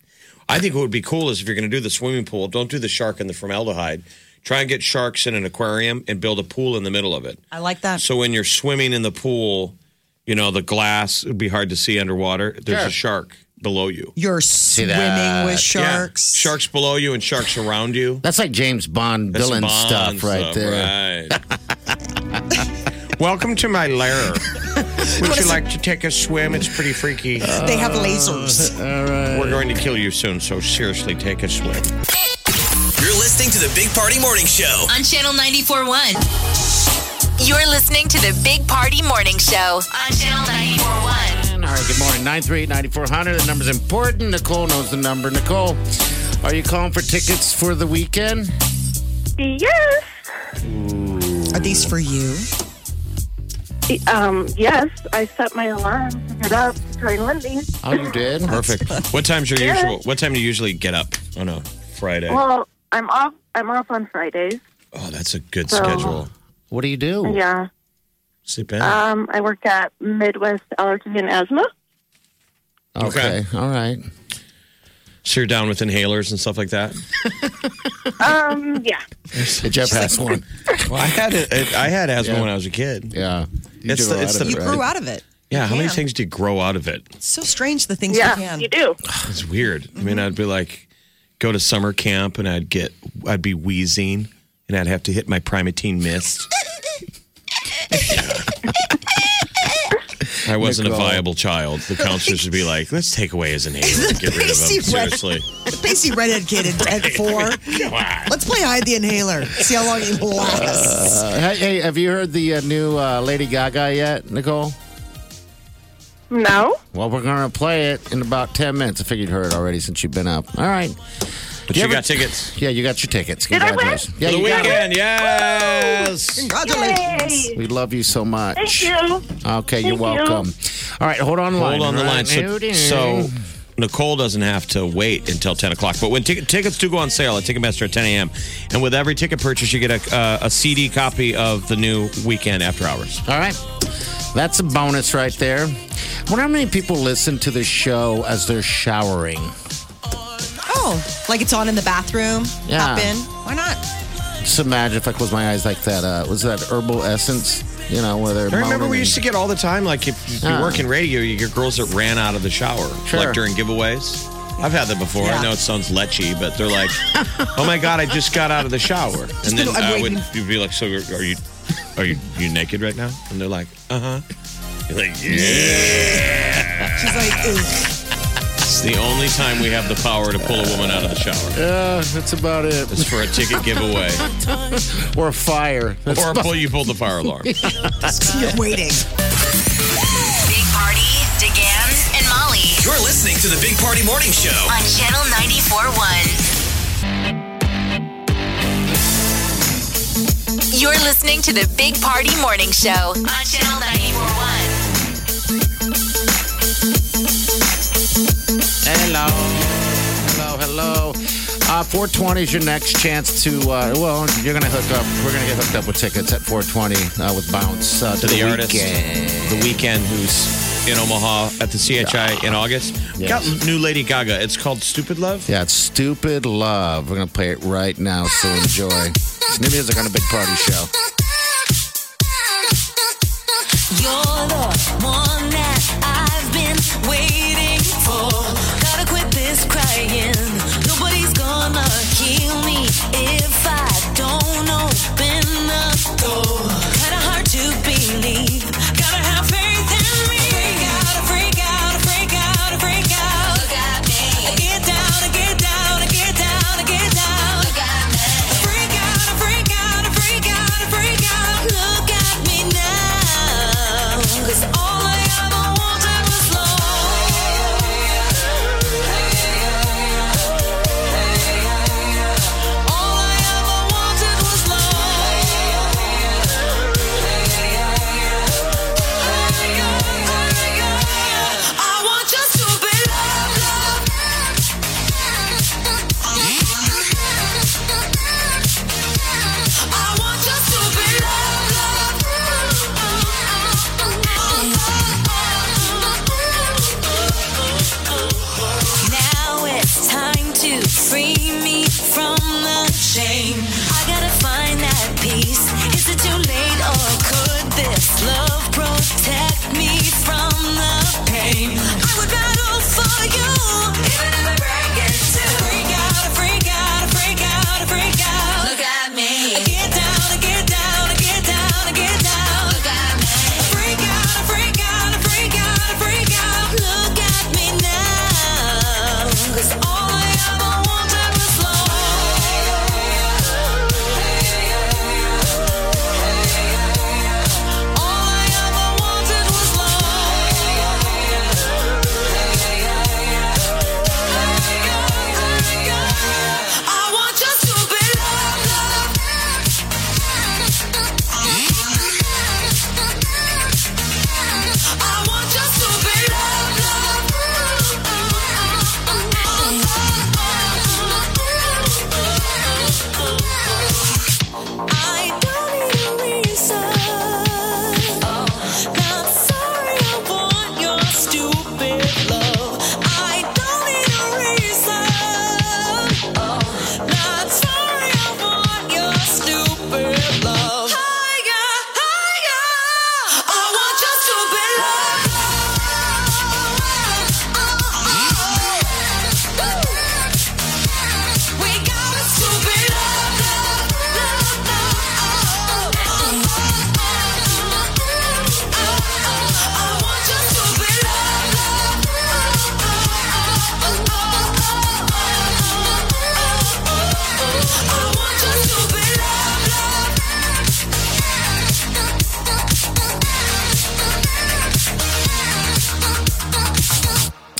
E: I think what would be cool is if you're going to do the swimming pool, don't do the shark and the formaldehyde. Try and get sharks in an aquarium and build a pool in the middle of it.
C: I like that.
E: So when you're swimming in the pool, you know, the glass would be hard to see underwater. There's a shark below you.
C: You're swimming
E: Yeah.
C: with sharks.
E: Sharks below you and sharks around you.
D: That's like James Bond
E: That's
D: villain
E: Bond
D: stuff right
E: stuff,
D: there.
E: right. Welcome to my lair. Would you like to take a swim? It's pretty freaky.
D: Uh,
C: They have lasers.
E: We're going to kill you soon, so seriously, take a swim.
A: You're listening to the Big Party Morning Show.
B: on Channel 94.1. You're listening to the Big Party Morning Show on Channel 94.1.
D: All right, good morning. 938 9400. The number's important. Nicole knows the number. Nicole, are you calling for tickets for the weekend?
F: Yes.
C: Are these for you?
F: Um, yes, I set my alarm to get up to join Lindy's.
D: Oh, you did?
E: Perfect. What time's your
F: Yeah.
E: usual? What time do you usually get up on a Friday?
F: Well, I'm off. I'm off on Fridays.
E: Oh, that's a good
F: So-
E: schedule.
D: What do you do?
F: Yeah.
E: Sleep in.
F: Um, I work at Midwest Allergy and Asthma.
D: Okay. All right.
E: so you're down with inhalers and stuff like that.
F: Um, yeah.
D: Hey, Jeff has one.
E: Well, I had it, it- I had asthma
D: Yeah.
E: when I was a kid.
D: Yeah. You
E: It's
D: do a
E: the-
D: lot
E: it's
D: of
E: the-
D: it,
C: You
D: right?
C: grew out of it.
E: Yeah, how many
C: can.
E: things do you grow out of it?
C: It's so strange the things you
F: Yeah,
C: can.
F: you do.
E: It's weird. I mean, I'd be like, go to summer camp and I'd get, I'd be wheezing and I'd have to hit my Primatine mist. I wasn't a
D: Nicole.
E: viable child. The counselors would be like, let's take away his inhaler and get rid of him.
C: Basic way.
E: Seriously.
C: The Pacey redhead kid at, at four. Let's play hide the inhaler. See how long he lasts.
D: Uh, hey, hey, have you heard the uh, new uh, Lady Gaga yet, Nicole?
F: No.
D: Well, we're going to play it in about 10 minutes. I figured you heard it already since you've been up. All right.
E: But
D: You
E: you,
D: ever-
E: got tickets.
D: Yeah, you got your tickets.
F: I win?
D: Congratulations. Yeah,
E: For the
D: you got it.
E: weekend, yes.
C: Congratulations.
F: Yay.
D: We love you so much.
F: Thank you.
D: Okay,
F: Thank you.
D: you're welcome. All right, hold on the line.
E: Hold on the
D: All
E: line.
D: right,
E: So,
D: dude.
E: so Nicole doesn't have to wait until 10 o'clock. But when tic- tickets do go on sale at Ticketmaster at 10 a.m., and with every ticket purchase, you get a, uh, a CD copy of the new Weekend After Hours.
D: All right. That's a bonus right there. I wonder how many people listen to the show as they're showering.
C: Oh, like it's on in the bathroom.
D: Yeah.
C: Hop in. Why not?
D: Just imagine if I close my eyes like that. Uh, was that herbal essence? You know, where they're.
E: I remember
D: moaning
E: we
D: and-
E: used to get all the time, like if you
D: Ah.
E: work in radio, you get girls that ran out of the shower,
D: Sure.
E: like during giveaways. I've had that before. I know it sounds lechy, but they're like, "Oh my god, I just got out of the shower," and then
C: been- I'm
E: I would
C: waiting.
E: you'd be like, "So you're- are you are you you naked right now?" And they're like, "Uh huh." You're like, "Yeah."
C: She's like, Ew.
E: It's the only time we have the power to pull a woman out of the shower
D: Yeah, uh, that's about it.
E: is for a ticket giveaway
D: Or a fire. That's
E: or
D: about-
E: pull you pull the fire alarm.
C: you're waiting.
B: Big Party, DeGan, and Molly
A: You're listening to the Big Party Morning Show.
B: on Channel 94.1. You're listening to the Big Party Morning Show on Channel 94.1.
D: Hello. Hello, hello. Uh, 420 is your next chance to, uh, well, you're going to hook up. We're going to get hooked up with tickets at 420 uh, with Bounce uh,
E: to
D: to,
E: the, artist
D: weekend.
E: the weekend who's in Omaha at the CHI in August.
D: Yes.
E: Got new Lady Gaga. It's called Stupid Love.
D: Yeah, it's Stupid Love. We're going to play it right now, so enjoy. It's new music on a big party show.
I: You're the one that I've been waiting for. Gotta quit this crying. Nobody's gonna heal me if I don't open the door. Kinda hard to believe. Gotta have faith in me. Freak out, freak out, freak out, freak out. Look at me. Get down, get down, get down, get down. Look at me. Freak out, freak out, freak out, freak out. Look at me now. 'Cause all I ever wanted was love.
B: Oh,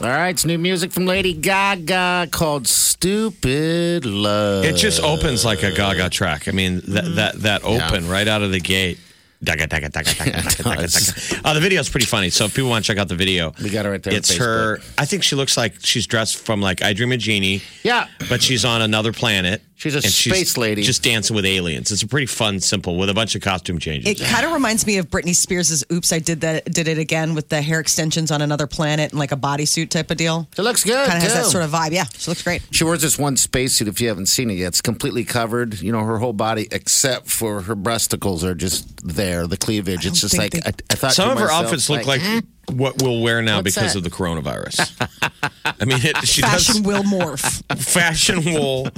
B: Oh,
D: right, it's new music from Lady Gaga called Stupid Love.
E: It just opens like a Gaga track. I mean, that that, that open right out of the gate. Daga, daga, daga, daga, daga, daga, daga. Uh, the video's pretty funny. So if people want to check out the video, we got it right
D: there on
E: It's her. I think she looks like she's dressed from like I Dream a Genie.
D: Yeah.
E: but she's on another planet.
D: She's a space lady.
E: just dancing with aliens. It's a pretty fun, simple with a bunch of costume changes.
C: It kind of reminds me of Britney Spears' "Oops, I did that, did it again" with the hair extensions on another planet and like a bodysuit type of deal.
D: It looks
F: Oh,
D: good.
C: Kind of has that
D: too.
C: sort of vibe. Yeah, she looks great.
D: She wears this one spacesuit. If you haven't seen it yet, it's completely covered. You know, her whole body except for her breasticles are just there. The cleavage. It's just like
C: think
D: I, I thought.
E: Some
D: to
E: of her
D: myself,
E: outfits look like what we'll wear now
D: What's
E: because
D: that?
E: of the coronavirus. I mean, it, she
C: Fashion
E: does
C: will morph.
E: fashion wool.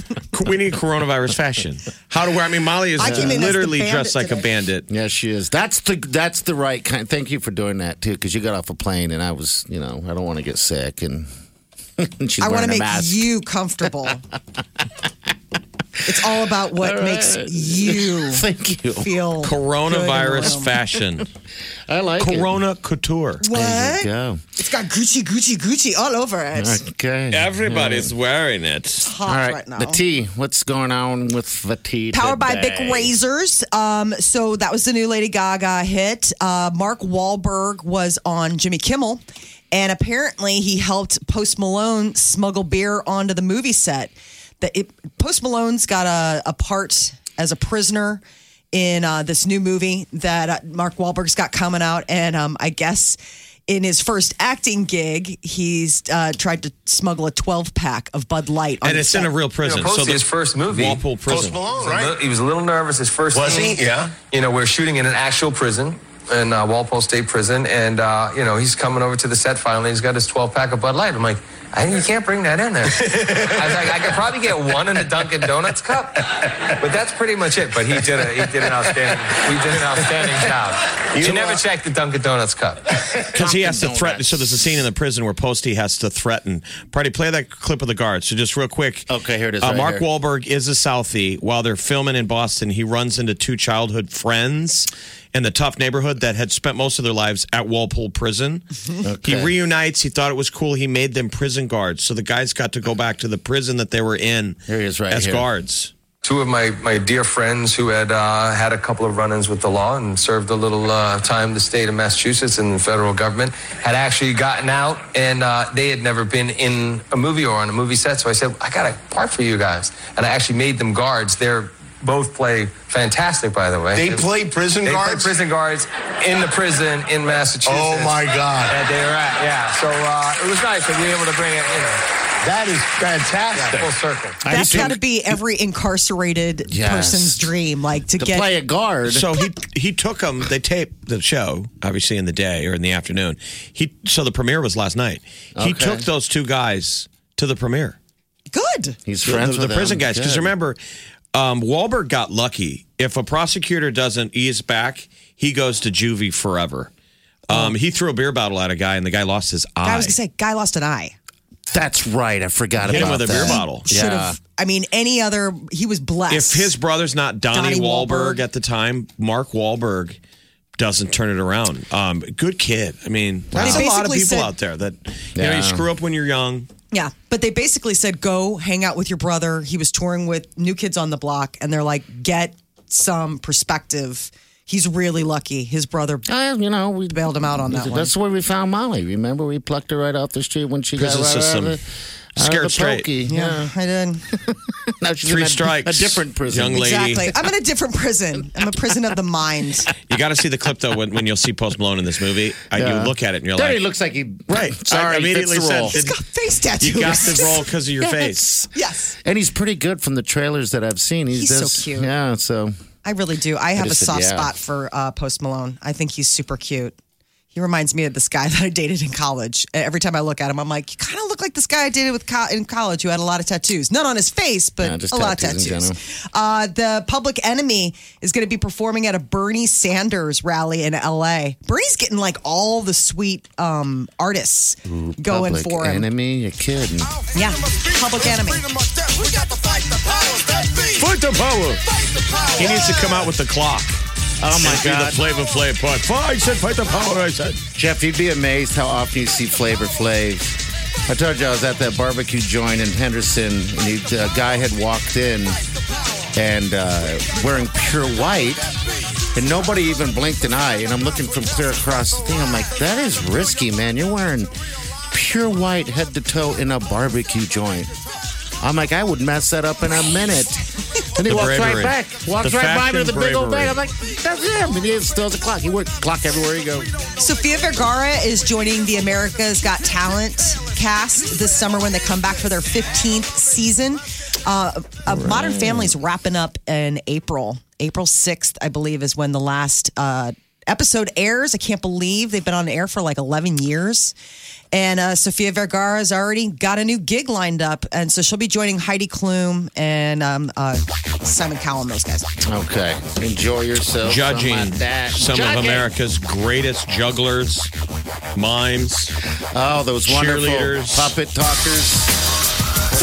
E: We need coronavirus fashion. How to wear? I mean, Molly is
C: I came in as the
E: literally
C: bandit
E: dressed like a
C: today.
E: bandit.
D: Yeah, she is. That's the that's the right kind. Thank you for doing that too, because you got off a plane and I was, you know, I don't want to get sick and. and she's
C: I want
D: wearing
C: to make
D: a mask.
C: you comfortable. it's all about what makes you
D: Thank you.
C: feel
E: Coronavirus
C: Good in the room.
E: fashion.
D: I like it.
E: Corona couture.
D: There you
C: What?
D: go.
C: It's got Gucci, Gucci, Gucci all over it.
D: Okay.
E: Everybody's wearing it.
C: Hot
D: All
C: right,
D: right,
C: now.
D: the tea. What's going on with the tea?
C: Powered by
D: today?
C: Bic Razors. Um, so that was the new Lady Gaga hit. Uh, Mark Wahlberg was on Jimmy Kimmel, and apparently he helped Post Malone smuggle beer onto the movie set. That it, Post Malone's got a, a part as a prisoner in uh, this new movie that uh, Mark Wahlberg's got coming out, and um, I guess. In his first acting gig, he's uh, tried to smuggle a 12 pack of Bud Light. On
E: And
C: the
E: it's in
C: set.
E: a real prison.
J: You know, post
E: the-
J: his first movie.
E: Walpole Prison.
J: He was a little- He was a little nervous his first. Was he? Yeah. You know, we're shooting in an actual prison. In uh, Walpole State Prison, and uh, you know he's coming over to the set finally. He's got his 12 pack of Bud Light. I'm like, I, you can't bring that in there. I was like, I could probably get one in a Dunkin' Donuts cup, but that's pretty much it. But he did a, he did an outstanding he did an outstanding job. You, never check the Dunkin' Donuts cup.
E: Because he has to
D: Dunkin'
E: threaten.
D: Donuts.
E: So there's a scene in the prison where Posty has to threaten. Party, play that clip of the guard. So just real quick.
D: Okay, here it is
E: Uh,
D: right
E: Mark
D: here.
E: Wahlberg is a Southie. While they're filming in Boston, he runs into two childhood friends in the tough neighborhood that had spent most of their lives at Walpole Prison. He reunites. He thought it was cool. He made them prison guards. So the guys got to go back to the prison that they were in
D: Here he is right
E: as
D: here.
E: guards.
J: two of my, my dear friends who had uh, had a couple of run-ins with the law and served a little uh, time in the state of massachusetts and the federal government had actually gotten out and uh, they had never been in a movie or on a movie set so i said i got a part for you guys and i actually made them guards they're both play fantastic by the way
K: They play prison
J: they
K: guards?
J: play prison guards in the prison in massachusetts
K: Oh my God.
J: and they were at yeah so uh, it was nice that we were able to bring it you know
K: That is
J: yeah,
K: fantastic.
J: full circle
C: That's
D: think-
C: got to be every incarcerated
D: Yes.
C: person's dream, like to,
D: to
C: get.
D: play a guard.
E: So he he took them. They taped the show, obviously in the day or in the afternoon. He so the premiere was last night. He
D: Okay.
E: took those two guys to the premiere.
C: Good.
D: he's
E: The,
D: friends
E: the-
D: with
E: the prison
D: them.
E: guys, because
D: Good.
E: remember, um, Wahlberg got lucky. If a prosecutor doesn't ease back, he goes to juvie forever. Um, he threw a beer bottle at a guy, and the guy lost his eye.
C: I was gonna say, guy lost an eye.
D: That's right. I forgot
E: Hit him
D: about
E: with a
D: that.
E: beer bottle.
C: Should have. I mean, any other. He was
E: if
C: blessed.
E: his brother's not Donnie,
C: Donnie
E: Wahlberg,
C: Wahlberg.
E: at the time, Mark Wahlberg doesn't turn it around. Um, good kid. I mean, there's
C: They
E: a lot of
C: basically
E: people
C: said-
E: out there that you know you
D: Yeah.
E: screw up when you're young.
C: Yeah, but they basically said, "Go hang out with your brother." He was touring with New Kids on the Block, and they're like, "Get some perspective." He's really lucky. His brother
D: Uh, you know, we
C: bailed him out on that one.
D: That's where we found Molly. Remember, we plucked her right off the street when she
E: Prison
D: got right
E: system.
D: Out of the, out of
E: Scared
D: the
E: straight.
D: pokey. Yeah,
C: I did.
D: now she's
E: Three
D: in a,
E: strikes.
D: A different prison.
E: Young lady.
C: Exactly. I'm in a different prison. I'm a prison of the mind.
E: You got to see the clip though when, when you'll see Post Malone in this movie. Uh,
D: Yeah.
E: You look at it and you're
D: There
E: like,
D: he looks like he.
E: Right.
D: Sorry,
E: I immediately
D: immediately the
E: said-
D: role.
C: He's got face
E: you
C: tattoos.
E: got the role because of your face.
C: Yes,
D: And he's pretty good from the trailers that I've seen. He's,
C: He's so
D: just-
C: cute.
D: Yeah, so
C: I really do. I have a
D: just said
C: soft
D: yeah.
C: spot for uh, Post Malone. I think he's super cute. He reminds me of this guy that I dated in college. Uh, Every time I look at him, I'm like, you kind of look like this guy I dated with co- in college who had a lot of tattoos. Not on his face, but
D: Yeah, just
C: a lot of
D: tattoos in
C: tattoos. Uh, the Public Enemy is going to be performing at a Bernie Sanders rally in L.A. Bernie's getting like all the sweet um, artists going
D: Public
C: for him.
D: Enemy, you're kidding.
C: Yeah, Public Enemy.
E: Fight the power. He needs to come out with the clock.
D: Oh my
E: and be
D: God,
E: the Flavor Flav part. Fight, I said, fight the power. I said.
D: Jeff, you'd be amazed how often you see Flavor Flav I told you I was at that barbecue joint in Henderson, and he, a guy had walked in and uh, wearing pure white, and nobody even blinked an eye. And I'm looking from clear across the thing. I'm like, that is risky, man. You're wearing pure white head to toe in a barbecue joint. I'm like, I would mess that up in a minute. And he
I: The
D: walks
I: bravery.
D: right back. Walks
I: The
D: right by
I: fact
D: me with a
I: and
D: big old
I: bravery.
D: bag. I'm like, that's him. And he still has a clock. He works clock everywhere he goes.
C: Sofia Vergara is joining the America's Got Talent cast this summer when they come back for their 15th season. Uh, uh, Modern Family's wrapping up in April. April 6th, I believe, is when the last uh, episode airs. I can't believe they've been on air for like 11 years. And uh, Sofia Vergara's already got a new gig lined up. And so she'll be joining Heidi Klum and um, uh, Simon Cowell and those guys.
D: Okay. Enjoy yourself.
E: Judging
D: Something like that.
E: some
D: Judging.
E: of America's greatest jugglers, mimes.
D: Oh, those wonderful
E: cheerleaders.
D: puppet talkers.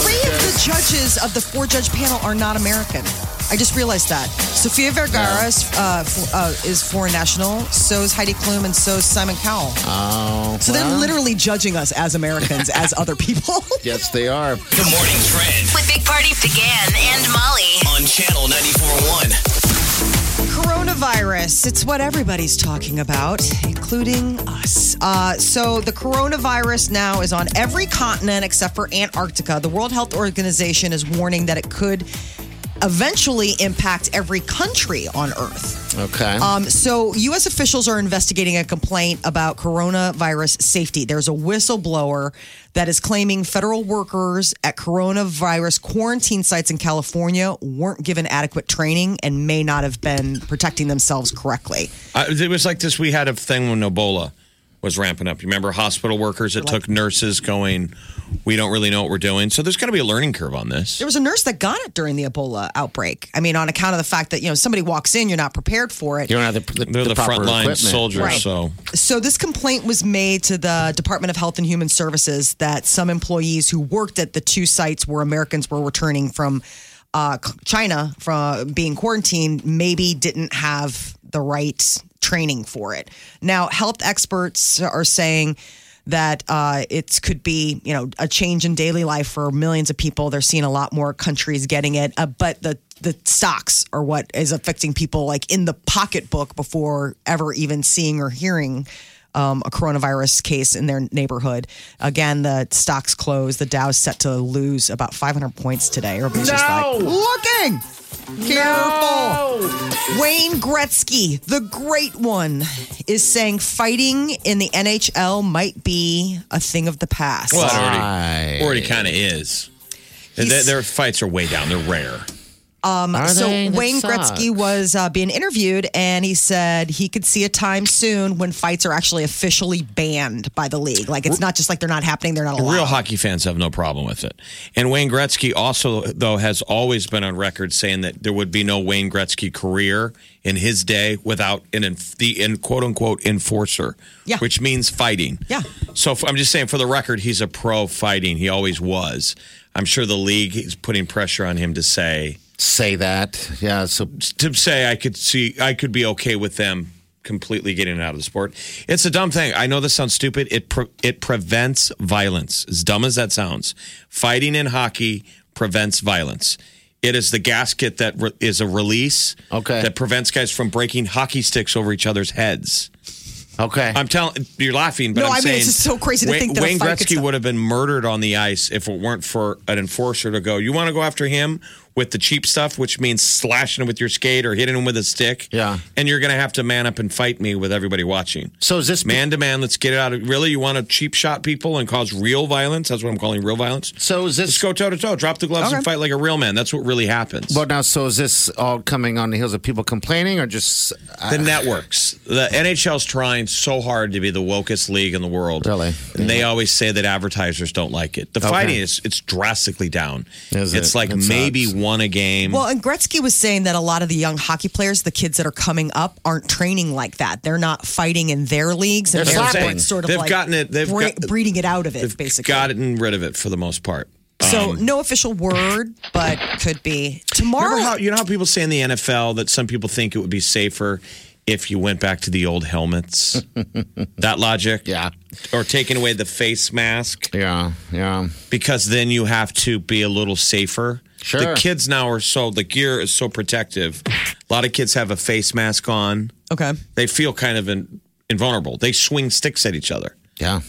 C: Three of the judges of the four judge panel are not American. I just realized that. Sofia Vergara is, uh, f- uh, is foreign national, so's Heidi Klum, and so's Simon Cowell.
D: Oh.
C: So they're
D: well.
C: literally judging us as Americans, as other people.
D: Yes, they are.
B: With Big Party began and Molly.
A: On Channel 94.1.
C: Coronavirus, it's what everybody's talking about, including us. Uh, so, the coronavirus now is on every continent except for Antarctica. The World Health Organization is warning that it could eventually impact every country on Earth.
D: Okay.
C: Um, so, U.S. officials are investigating a complaint about coronavirus safety. There's a whistleblower that is claiming federal workers at coronavirus quarantine sites in California weren't given adequate training and may not have been protecting themselves correctly.
E: I, it was like this. We had a thing when Ebola was ramping up. You remember hospital workers that took nurses going, "We don't really know what we're doing." So there's got to be a learning curve on this.
C: There was a nurse that got it during the Ebola outbreak. I mean, on account of the fact that you know somebody walks in, you're not prepared for it.
D: You don't have the, the,
E: They're the,
D: proper
E: frontline
D: equipment.
E: soldiers,
C: Right.
E: so
C: So this complaint was made to the Department of Health and Human Services that some employees who worked at the two sites where Americans were returning from uh, c- China from uh, being quarantined maybe didn't have the right training for it. Now, health experts are saying that uh, it could be, you know, a change in daily life for millions of people. They're seeing a lot more countries getting it, uh, but the the stocks are what is affecting people like in the pocketbook before ever even seeing or hearing um, a coronavirus case in their neighborhood. Again, the stocks closed. The Dow's set to lose about 500 points today. Everybody's just like, looking. Careful. Wayne Gretzky, the great one, is saying fighting in the NHL might be a thing of the past.
E: well, it already already kind of is. And their-
C: He's-
E: their fights are way down. They're rare.
C: Um,
E: Are
C: so
E: they? That
C: Wayne
E: sucks.
C: Gretzky was uh, being interviewed, and he said he could see a time soon when fights are actually officially banned by the league. Like it's not just like they're not happening; they're not allowed.
E: Real hockey fans have no problem with it. And Wayne Gretzky also, though, has always been on record saying that there would be no Wayne Gretzky career in his day without an enf- the in quote unquote enforcer,
C: Yeah.
E: which means fighting.
C: Yeah.
E: So f- I'm just saying, for the record, he's a pro fighting. He always was. I'm sure the league is putting pressure on him to say
D: say that. Yeah. So
E: to say I could see I could be okay with them completely getting out of the sport. It's a dumb thing. I know this sounds stupid. It pre- it prevents violence. As dumb as that sounds, fighting in hockey prevents violence. It is the gasket that re- is a release okay. that prevents guys from breaking hockey sticks over each other's heads.
D: Okay.
E: I'm telling you're laughing, but
C: No,
E: I'm
C: I mean,
E: saying
C: it's just so crazy to
E: Wayne,
C: think that a
E: Wayne
C: fight could
E: Gretzky
C: stop-
E: would have been murdered on the ice if it weren't for an enforcer to go. You want to go after him with the cheap stuff, which means slashing him with your skate or hitting him with a stick. Yeah, and you're going to have to man up and fight me with everybody watching.
D: So is this
E: man to man? Let's get it out of really. You want to cheap shot people and cause real violence? That's what I'm calling real violence.
D: So is this
E: Let's go toe to toe, drop the gloves and
D: Okay.
E: fight like a real man? That's what really happens.
D: Well, now, so is this all coming on the heels of people complaining or just. uh,
E: The networks. The NHL's trying so hard to be the wokest league in the world. Really? And they always say that advertisers don't like it. The
D: Okay.
E: fighting is it's drastically down.
D: Is
E: it's
D: it?
E: like
D: That sucks.
E: maybe one a game.
C: Well, and Gretzky was saying that a lot of the young hockey players, the kids that are coming up, aren't training like that. They're not fighting in their leagues. And
E: That's what I'm
C: they're
E: saying.
C: sort of
E: They've
C: like
E: gotten it- they've
C: bre-
E: got-
C: breeding it out of it,
E: They've
C: basically.
E: gotten rid of it for the most part.
C: So
E: Um,
C: no official word, but could be tomorrow.
E: remember how you know how people say in the NFL that some people think it would be safer if you went back to the old helmets. that logic.
D: Yeah.
E: Or taking away the face mask.
D: Yeah. Yeah.
E: Because then you have to be a little safer.
D: Sure.
E: The kids now are so, the gear is so protective. A lot of kids have a face mask on.
C: Okay.
E: They feel kind of in, invulnerable. They swing sticks at each other.
D: Yeah.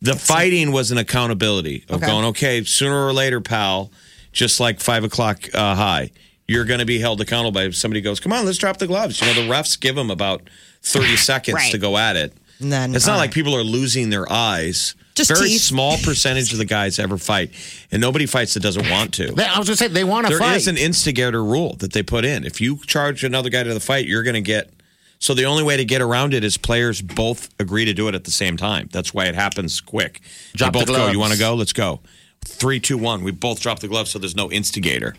E: The fighting was an accountability of
D: Okay.
E: going, okay, sooner or later, pal, just like five o'clock uh, high, you're going to be held accountable by if somebody goes, come on, let's drop the gloves. You know, the refs give them about 30 seconds
C: Right.
E: to go at it.
C: And then, uh,
E: It's not
C: all
E: like people are losing their eyes.
C: Just
E: Very
C: teeth.
E: small percentage of the guys ever fight, and nobody fights that doesn't want to.
D: They- I was gonna say they want to
E: There
D: fight.
E: is an instigator rule that they put in. If you charge another guy to the fight, you're going to get. So the only way to get around it is players both agree to do it at the same time. That's why it happens quick.
D: Drop
E: they both
D: the
E: go. You
D: gloves.
E: want to go? Let's go. Three, two, one. We both drop the gloves, so there's no instigator.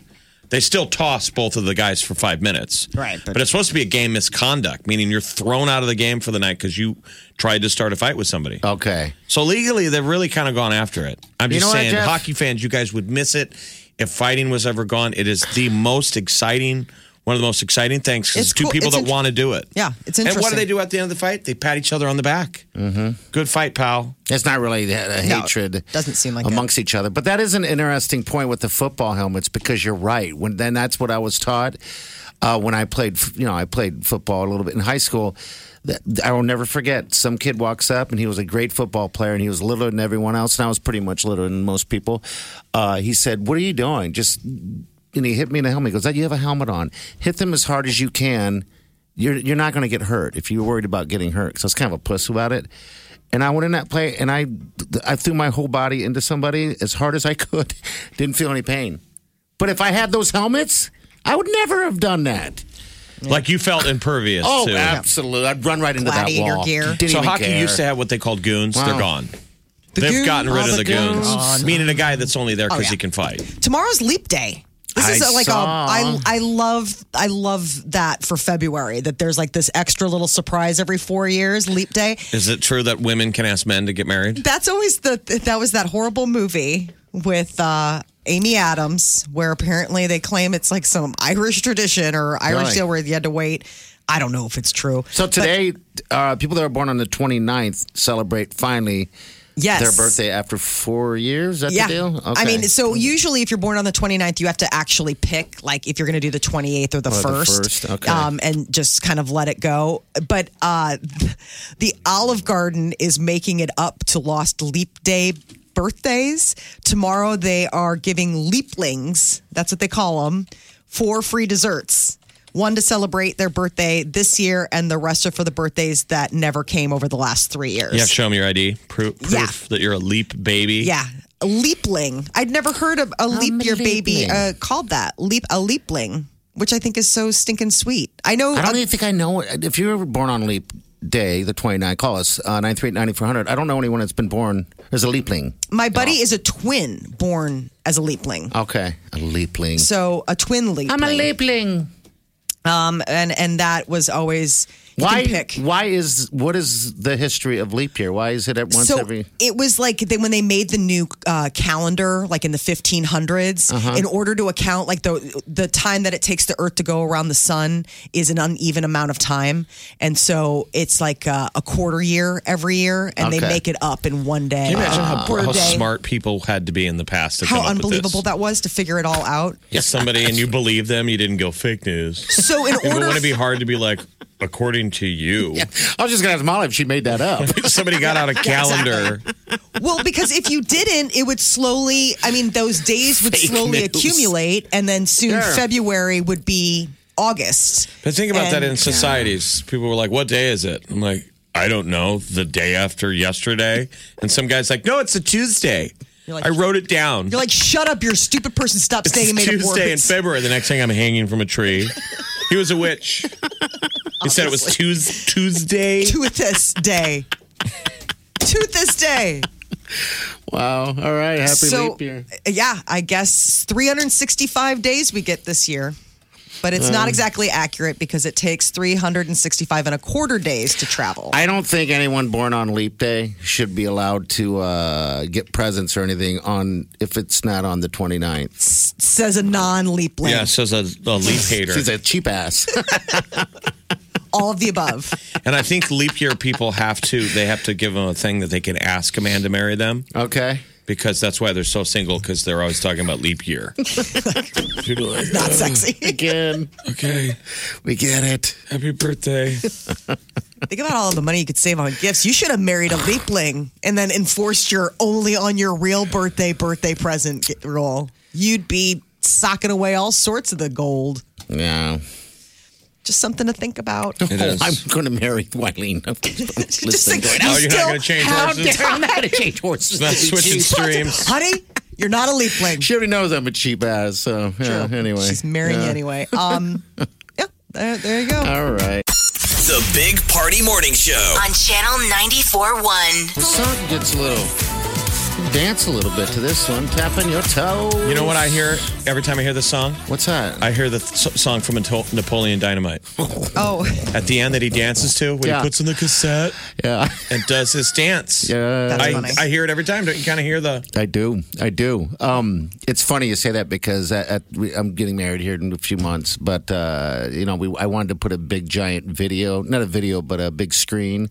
E: They still toss both of the guys for five minutes.
C: Right,
E: But, it's supposed to be a game misconduct, meaning you're thrown out of the game for the night because you tried to start a fight with somebody.
D: Okay.
E: So legally, they've really kind of gone after it. I'm
D: You
E: just
D: know what,
E: saying,
D: Jeff?
E: hockey fans, you guys would miss it if fighting was ever gone. It is the most exciting, one of the most exciting things because
C: It's
E: it's two
C: cool.
E: people
C: It's
E: that
C: int-
E: want to do it.
C: Yeah, it's
E: And
C: interesting.
E: what do they do at the end of the fight? They pat each other on the back. Mm-hmm. Good fight, pal.
D: It's not really that- a
E: No,
D: hatred.
C: Doesn't seem like
D: amongst each other. But that is an interesting point with the football helmets because you're right. When then that's what I was taught uh, when I played. f- You know, I played football a little bit in high school. That- I will never forget. Some kid walks up, and he was a great football player, and he was littler than everyone else, and I was pretty much littler than most people. Uh, he said, "What are you doing?" Just and he hit me in the helmet. He goes, "That you have a helmet on. Hit them as hard as you can. You're you're not going to get hurt if you're worried about getting hurt." So I was kind of a puss about it. And I went in that play, and I I threw my whole body into somebody as hard as I could. Didn't feel any pain. But if I had those helmets, I would never have done that.
E: Like you felt impervious.
D: Oh,
E: too.
D: absolutely! I'd run right into that
C: Gladiator
D: wall.
C: gear.
D: Didn't
E: so
D: even
E: hockey
D: care.
E: used to have what they called goons.
D: Wow.
E: They've gone.
C: The
E: They've
C: goons?
E: gotten rid
C: All
E: of the
C: the
E: goons,
C: goons.
E: meaning a guy that's only there
C: Oh,
E: because
C: yeah.
E: he can fight.
C: Tomorrow's leap day. This is
E: I
C: uh, like a
E: saw.
C: I I love I love that for February that there's like this extra little surprise every 4 years leap day.
E: Is it true that women can ask men to get married?
C: That's always the that was that horrible movie with uh Amy Adams where apparently they claim it's like some Irish tradition or Irish
D: Really?
C: deal where you had to wait. I don't know if it's true.
D: So today, uh, people that are born on the 29th celebrate finally
C: Yes.
D: their birthday after four years. Is that the deal? Hmm.
C: I mean, so usually if you're born on the 29th, you have to actually pick, like, if you're going to do the 28th or the
D: Or the
C: 1st,
D: first, okay.
C: um, and just kind of let it go. But uh, the Olive Garden is making it up to Lost Leap Day birthdays. Tomorrow they are giving leaplings, that's what they call them, four free desserts. One to celebrate their birthday this year, and the rest are for the birthdays that never came over the last three years.
E: You have to show them your ID, pro- proof
C: Yeah.
E: that you're a leap baby.
C: Yeah. A leapling. I'd never heard of a leap year baby uh, called that. Leap a leapling, which I think is so stinking sweet. I know
D: I don't
C: uh,
D: even think I know. If you were born on Leap Day, the 29th, call us uh, 938-9400. I don't know anyone that's been born as a leapling.
C: my buddy is a twin born as a leapling.
D: Okay, a leapling.
C: So a twin leapling.
D: Oh. I'm a leapling.
C: Um and and that was always you
D: Why?
C: can pick.
D: Why is what is the history of leap year? Why is it at once
C: so
D: every?
C: it was like they, when they made the new uh, calendar, like in the 1500s,
D: Uh-huh.
C: in order to account like the the time that it takes the Earth to go around the sun is an uneven amount of time, and so it's like uh, a quarter year every year, and they
E: Okay.
C: make it up in one day.
E: Can you imagine how,
C: Per
E: how
C: day.
E: smart people had to be in the past to
C: how
E: come up
C: unbelievable
E: with this?
C: that was to figure it all out.
E: Yes, somebody and you believe them, you didn't go fake news.
C: So in
E: it would
C: order
E: want to be hard to be like, according to you,
D: I was just gonna ask Molly if she made that up.
E: somebody got out a calendar.
C: Well, because if you didn't, it would slowly, I mean, those days would
E: Fake
C: slowly
E: news.
C: accumulate, and then soon
D: Sure.
C: February would be August.
E: But think about that
C: And- uh,
E: in societies. People were like, what day is it? I'm like, I don't know, the day after yesterday. And some guy's like, no, it's a Tuesday.
C: You're like-
E: I wrote it down.
C: You're like, shut up, you're a stupid person. Stop
E: it's
C: saying you made up
E: Tuesday in
C: words."
E: February. The next thing I'm hanging from a tree. He was a witch. He said it was Tues- Tuesday.
C: to this day. to this day.
D: Wow! All right, happy
C: so, uh,
D: leap year.
C: yeah, I guess 365 days we get this year. But it's
E: Um.
C: not exactly accurate because it takes 365 and a quarter days to travel.
D: I don't think anyone born on leap day should be allowed to uh, get presents or anything on if it's not on the 29th.
C: says a non leap link.
E: Yeah, says a, a leaf hater.
D: She's a cheap ass.
C: all of the above.
E: And I think leap year people have to they have to give them a thing that they can ask a man to marry them.
D: Okay.
E: Because that's why they're so single because they're always talking about leap year. People are like,
C: Not sexy.
D: Again.
E: Okay.
D: We get it.
E: Happy birthday.
C: Think about all of the money you could save on gifts. You should have married a leapling and then enforced your only on your real birthday birthday present get- rule. You'd be socking away all sorts of the gold.
D: Yeah.
C: Just something to think about.
D: Oh, I'm going to marry Wileen. Listen,
C: think you Oh, you're not still- gonna change
D: How
C: horses?
D: dare- I'm not going to change horses.
E: Not switching streams.
C: Honey, you're not a leapling.
D: She already knows I'm a cheap ass. So yeah, anyway,
C: She's marrying
D: Yeah. Uh,
C: you anyway. Um, yeah, there, there you go.
D: All right.
A: The Big Party Morning Show.
B: On Channel 94.1.
D: The song gets a little dance a little bit to this one. Tapping your toe.
E: You know what I hear every time I hear this song?
D: What's that?
E: I hear the th- song from Anto- Napoleon Dynamite.
C: Oh,
E: At the end that he dances to when
D: Yeah.
E: he puts in the cassette
D: Yeah,
E: and does his dance.
D: yeah.
C: That's
E: I,
C: funny.
E: I hear it every time. Don't you kind of hear the
D: I do. I do. Um, it's funny you say that because at, at, we, I'm getting married here in a few months, but uh, you know, we I wanted to put a big giant video, not a video, but a big screen,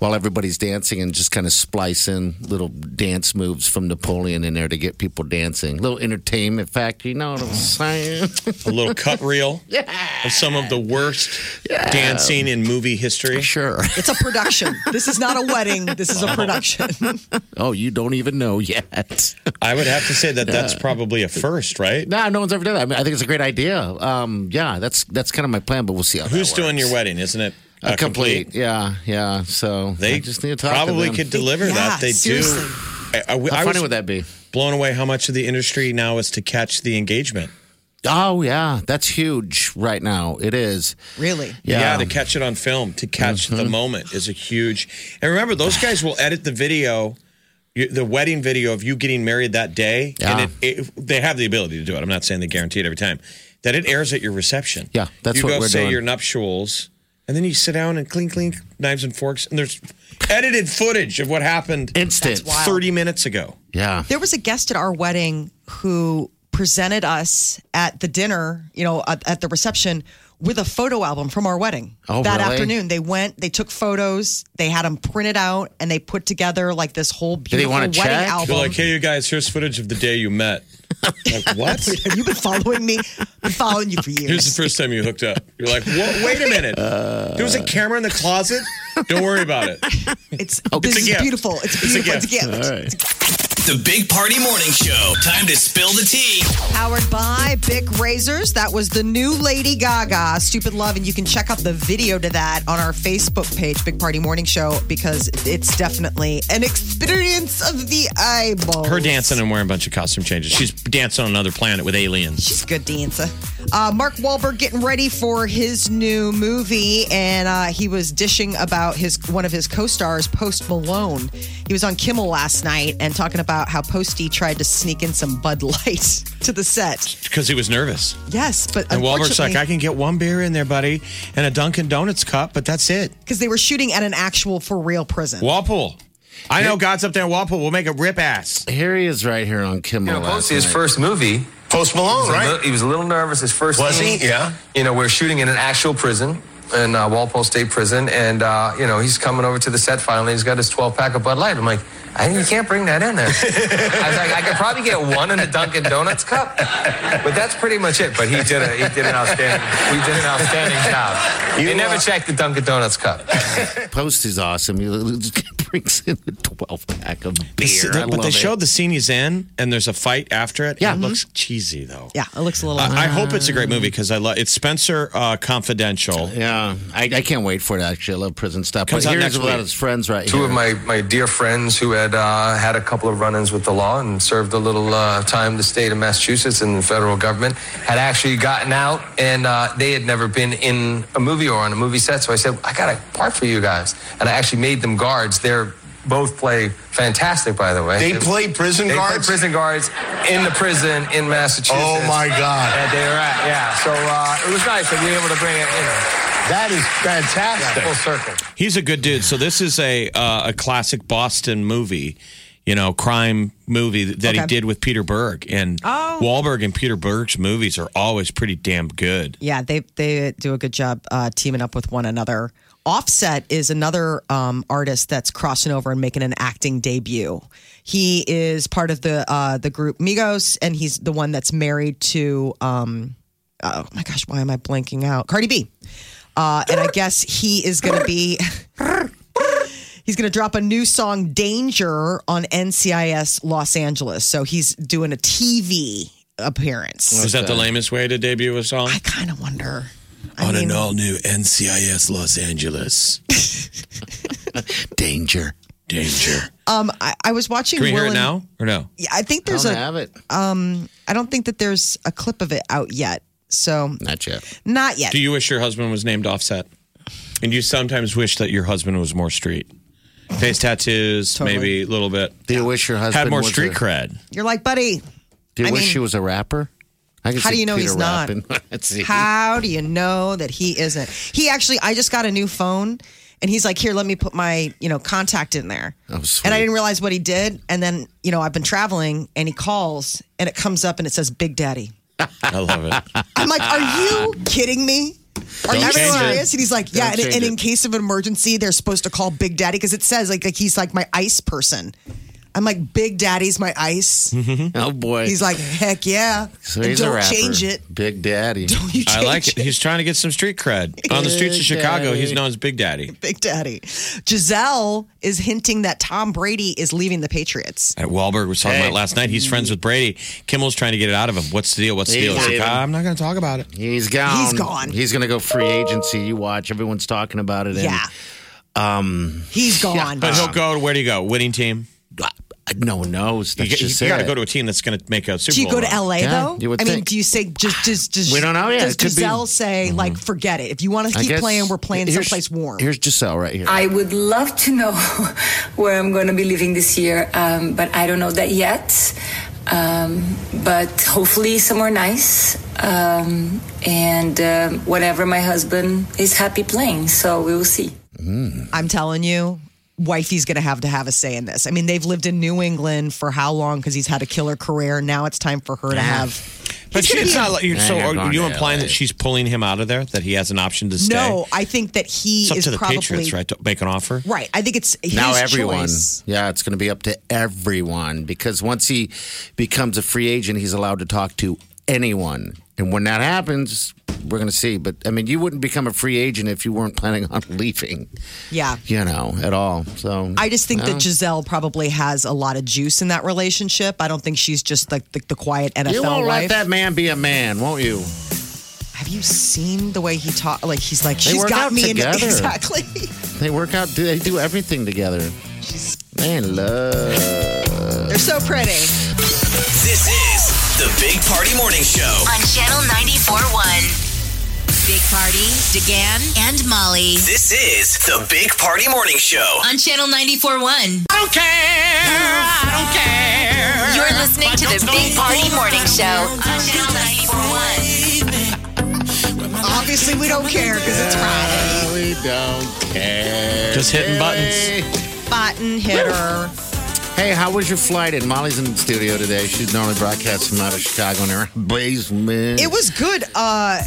D: while everybody's dancing and just kind of splice in little dance moves from Napoleon in there to get people dancing. Little entertainment factor, you know what I'm saying?
E: a little cut reel of some of the worst dancing in movie history?
D: sure.
C: it's a production. this is not a wedding. This is a production.
D: Oh, you don't even know yet.
E: I would have to say that that's probably a first, right?
D: no, no one's ever done that. I, mean, I think it's a great idea. Um, yeah, that's that's kind of my plan, but we'll see how. that
E: Who's doing
D: works.
E: your wedding? Isn't it
D: A
E: uh,
D: complete. Yeah, yeah. So
E: They
D: I just need to talk
E: probably
D: to them.
E: could deliver
C: Yeah,
E: that. They
C: seriously.
E: do. I, I,
D: How
E: I
D: funny
E: was
D: would that be?
E: blown away how much of the industry now is to catch the engagement.
D: Oh yeah, that's huge right now. It is.
C: Really?
D: Yeah. Mm-hmm.
E: to catch it on film, to catch the moment is a huge. And remember, those guys will edit the video, you- the wedding video of you getting married that day,
D: Yeah.
E: and it, it, they have the ability to do it. I'm not saying they guarantee it every time. That it airs at your reception.
D: Yeah, that's
E: you
D: what
E: go
D: we're
E: say
D: doing.
E: your nuptials, and then you sit down and clink clink knives and forks, and there's edited footage of what happened
D: Instant.
C: That's wild.
E: 30 minutes ago.
D: Yeah.
C: There was a guest at our wedding who presented us at the dinner, you know, at, at the reception with a photo album from our wedding.
D: Oh,
C: that
D: really?
C: afternoon, they went, they took photos, they had them printed out, and they put together like this whole
D: they
C: beautiful
D: wanna
C: wedding
D: check?
C: album.
E: They're like, hey, you guys, here's footage of the day you met. Like, what?
C: Have you been following me? I've been following you for
E: Here's the
C: years.
E: first time you hooked up. You're like, Whoa, wait a minute. there was a camera in the closet. Don't worry about it.
C: It's,
E: It's
C: this
E: a
C: is
E: gift.
C: beautiful. It's
E: It's a
C: beautiful. It's a gift.
E: gift.
D: All right.
A: The Big Party Morning Show. Time to spill the tea.
C: Powered by Bic Razors. That was the new Lady Gaga, Stupid Love. And you can check out the video to that on our Facebook page, Big Party Morning Show, because it's definitely an experience of the eyeball.
E: Her dancing and wearing a bunch of costume changes. She's dancing on another planet with aliens.
C: She's a good dancer. Uh, Mark Wahlberg getting ready for his new movie, and uh, he was dishing about his one of his co-stars, Post Malone. He was on Kimmel last night and talking about how Posty tried to sneak in some Bud Light to the set.
E: Because he was nervous.
C: Yes, but
E: And Wahlberg's like,
C: unfortunately-
E: I can get one beer in there, buddy, and a Dunkin' Donuts cup, but that's it.
C: because they were shooting at an actual for real prison.
E: Walpole. I know God's up there in Walpole. We'll make a rip ass.
D: Here he is, right here on Kimmel.
J: You know,
D: last
J: Posey, his
D: night.
J: first movie.
K: Post Malone,
J: was a
K: right?
J: li- he was a little nervous his first.
K: Was
J: scene.
K: he? Yeah.
J: You know, we're shooting in an actual prison, in uh, Walpole State Prison, and uh, you know he's coming over to the set finally. He's got his 12 pack of Bud Light. I'm like, I, you can't bring that in there. I was like, I could probably get one in a Dunkin' Donuts cup, but that's pretty much it. But he did a, he did an outstanding we did an outstanding job.
K: You,
J: they never
K: uh,
J: checked the Dunkin' Donuts cup.
D: Post is awesome. He brings in the twelve pack of beer. I
E: but
D: love
E: they
D: it.
E: showed the scene he's in, and there's a fight after it. and
D: Yeah. Mm-hmm.
E: it looks cheesy, though.
C: Yeah, it looks a little.
E: I, I hope it's a great movie because I love it's Spencer uh, Confidential.
D: Yeah, I, I can't wait for it. Actually, I love prison stuff.
E: Comes
D: but
E: out
D: here's
E: next
D: about
E: week.
D: his friends right
J: two
D: here.
J: of my, my dear friends who had uh, had a couple of run-ins with the law and served a little uh, time the state of massachusetts and the federal government had actually gotten out and uh, they had never been in a movie or on a movie set so i said i got a part for you guys and i actually made them guards they're both play fantastic by the way
K: They play prison
J: they
K: guards?
J: play prison guards in the prison in massachusetts
K: Oh my God,
J: and they were at yeah so uh, it was nice that we were able to bring it you know
K: that is fantastic.
J: full circle
E: He's a good dude. So this is a uh, a classic Boston movie. you know, crime movie that he
C: Okay.
E: did with Peter Berg. And
C: Oh.
E: Wahlberg and Peter Berg's movies are always pretty damn good.
C: Yeah, they they do a good job uh, teaming up with one another. Offset is another um, artist that's crossing over and making an acting debut. He is part of the uh, the group Migos, and he's the one that's married to. Um, oh my gosh, why am I blanking out? Cardi B, uh, and I guess he is going to be. He's going to drop a new song, Danger, on NCIS Los Angeles. So he's doing a TV appearance.
E: Is that the lamest way to debut a song? I
C: kind of wonder.
E: On an all new NCIS Los Angeles.
D: Danger.
E: Danger.
C: Um, I, I was watching.
E: Can we hear
C: Will
E: it
C: and-
E: now or no?
C: Yeah, I think there's
E: Don't
C: a.
E: have
D: it.
C: Um, I don't think that there's a clip of it out yet. So
D: Not yet.
C: Not yet.
E: Do you wish your husband was named Offset? And you sometimes wish that your husband was more street. Face tattoos, maybe a little bit.
D: Do you wish your husband
E: had more
D: was
E: street
D: a-
E: cred?
C: You're like, buddy.
D: Do you
C: I
D: wish
C: mean-
D: she was a rapper? I can
C: How
D: see
C: do you know
D: Peter
C: he's not?
D: rapping. Let's see.
C: How do you know that he isn't? He actually, I just got a new phone, and he's like, "Here, let me put my you know contact in there."
D: Oh, sweet.
C: And I didn't realize what he did. And then you know, I've been traveling, and he calls, and it comes up, and it says, "Big Daddy."
E: I love it.
C: I'm like, "Are you kidding me?" Are
E: Don't
C: you
E: change it.
C: serious? And he's like, yeah. And,
E: Don't
C: and
E: change
C: in case of an emergency, they're supposed to call Big Daddy because it says like, like he's like my ice person. I'm like, Big Daddy's my ice.
D: oh boy.
C: He's like, heck yeah.
D: so
C: And
D: he's a
C: don't
D: rapper.
C: change it.
D: Big Daddy. Don't
C: you
E: I like it. He's trying to get some street cred. On the streets of
D: Big
E: Chicago, he's
D: Daddy.
E: known as Big Daddy.
C: Big Daddy. Giselle is hinting that Tom Brady is leaving the Patriots.
E: At Wahlberg was talking about last night. He's friends with Brady. Kimmel's trying to get it out of him. What's the deal? What's the deal? He's like, "Ah, I'm not going to talk about it.
D: He's gone.
C: He's gone.
D: He's going to go free agency. You watch. Everyone's talking about it. And,
C: Yeah.
D: Um,
C: He's gone.
E: But he'll go. Where do you go? Winning team.
D: No one knows.
E: You,
D: That's just
E: got to
D: it.
E: go to a team that's going to make a Super
C: Do you
E: Bowl
C: go to
E: run.
C: LA though?
D: you would
C: I mean,
D: think.
C: do you say just just just
D: We don't know yet.
C: Does
D: It could be- Mm-hmm.
C: Giselle say like forget it? If you want to
D: I
C: keep
D: guess-
C: playing, we're playing
D: here's-
C: someplace warm.
D: Here's Giselle right here.
L: I would love to know where I'm going to be living this year, um, but I don't know that yet. Um, but hopefully, somewhere nice. Um, and um whatever my husband is happy playing, so we will see.
C: I'm telling you, wifey's going to have to have a say in this. I mean, they've lived in New England for how long? Because he's had a killer career. Now it's time for her to have.
E: But
C: It's
E: she,
C: gonna
E: it's
C: be-
E: not like you're, so.
D: Yeah,
E: Are
D: you're going
E: you
D: to
E: implying
D: LA.
E: that she's pulling him out of there? That he has an option to stay?
C: No, I think that he
E: it's up
C: is
E: to the
C: probably
E: Patriots, right? To make an offer.
C: Right. I think it's his
D: now everyone.
C: choice.
D: Yeah, it's going to be up to everyone because once he becomes a free agent, he's allowed to talk to anyone. And when that happens, we're going to see. But I mean, you wouldn't become a free agent if you weren't planning on leaving,
C: Yeah.
D: you know, at all. So
C: I just think
D: no.
C: that Giselle probably has a lot of juice in that relationship. I don't think she's just like the, the quiet NFL
D: you won't
C: wife.
D: let that man be a man, won't you?
C: Have you seen the way he talk? Like he's like,
D: They
C: she's
D: work
C: got
D: out
C: me in the-"
D: together.
C: exactly.
D: They work out. They do everything together. They in love.
C: They're so pretty.
A: This is the Big Party Morning Show.
B: On Channel 94.1. Big Party, DeGan, and Molly.
A: This is the Big Party Morning Show.
B: On Channel 94.1. I don't care. I don't care. You're listening to the Big Party Morning Show. On Channel 94.1.
C: Obviously, we don't care because it's Friday.
D: We don't care.
E: Just hitting
D: Hey.
C: Button hitter.
D: Hey, how was your flight? And Molly's in the studio today. She's normally broadcasting out of Chicago in her basement.
C: It was good. Uh,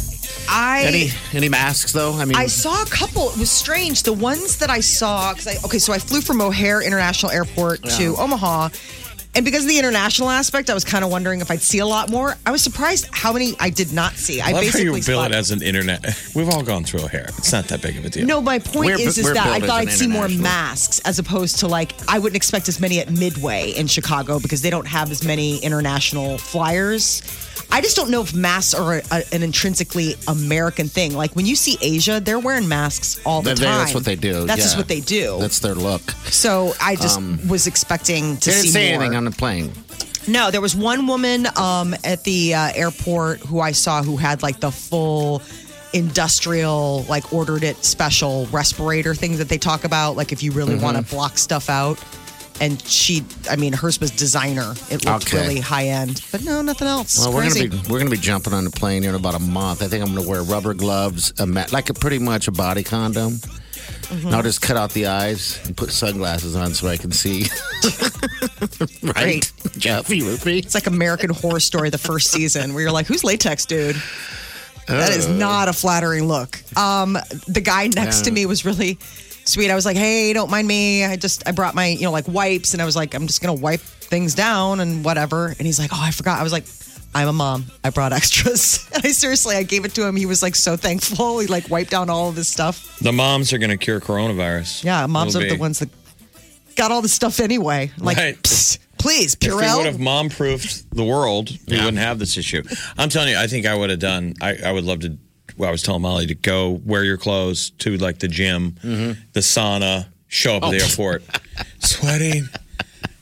C: I.
D: any any masks though? I mean,
C: I saw a couple. It was strange. The ones that I saw, because I okay, so I flew from O'Hare International Airport to
D: Yeah.
C: Omaha, and because of the international aspect, I was kind of wondering if I'd see a lot more. I was surprised how many I did not see. I,
E: I love how you
C: basically
E: bill it
C: spotted-
E: as an internet. We've all gone through a hair. It's not that big of a deal.
C: No, my point
E: We're-
C: is, is
E: we're
C: that I
E: billed
C: thought I'd
E: as
C: see
E: an
C: more
E: international.
C: masks as opposed to like I wouldn't expect as many at Midway in Chicago because they don't have as many international flyers. I just don't know if masks are a, a- an intrinsically American thing. Like when you see Asia, they're wearing masks all the
D: they-
C: time.
D: that's what they do.
C: That's just
D: yeah.
C: what they do.
D: That's their look.
C: so I just
D: Um,
C: was expecting to
D: they didn't
C: see
D: say
C: more.
D: anything on the plane.
C: No, there was one woman um, at the uh, airport who I saw who had like the full industrial, like ordered it special respirator thing that they talk about. Like if you
D: Mm-hmm.
C: really want to block stuff out. And she, I mean, hers was designer. It looked
D: Okay.
C: really high end, but no, nothing else.
D: Well, we're
C: Crazy.
D: gonna be we're gonna be jumping on the plane here in about a month. I think I'm gonna wear rubber gloves, a ma- like a pretty much a body condom.
C: Mm-hmm.
D: And I'll just cut out the eyes and put sunglasses on so I can see. right? Jeff, you with me?
C: It's like American Horror Story, the first season, where you're like, who's latex, dude? That is
E: Uh.
D: Oh.
C: not a flattering look. Um, the guy next to
D: Yeah.
C: me was really sweet. I was like, hey, don't mind me. I just, I brought my, you know, like wipes, and I was like, I'm just going to wipe things down and whatever. And he's like, oh, I forgot. I was like, I'm a mom. I brought extras. And I seriously, I gave it to him. He was like so thankful. He like wiped down all of his stuff.
E: The moms are going to cure coronavirus.
C: Yeah, moms
E: Will
C: are the
E: be.
C: ones that got all the stuff anyway. Like,
E: Right.
C: psst, please,
E: If we would
C: Purell.
E: have mom proofed the world, we wouldn't have this issue. I'm telling you, I think I would have done, I, I would love to. Well, I was telling Molly to go wear your clothes to like the gym, the sauna, show up at the
M: Oh.
E: airport, sweating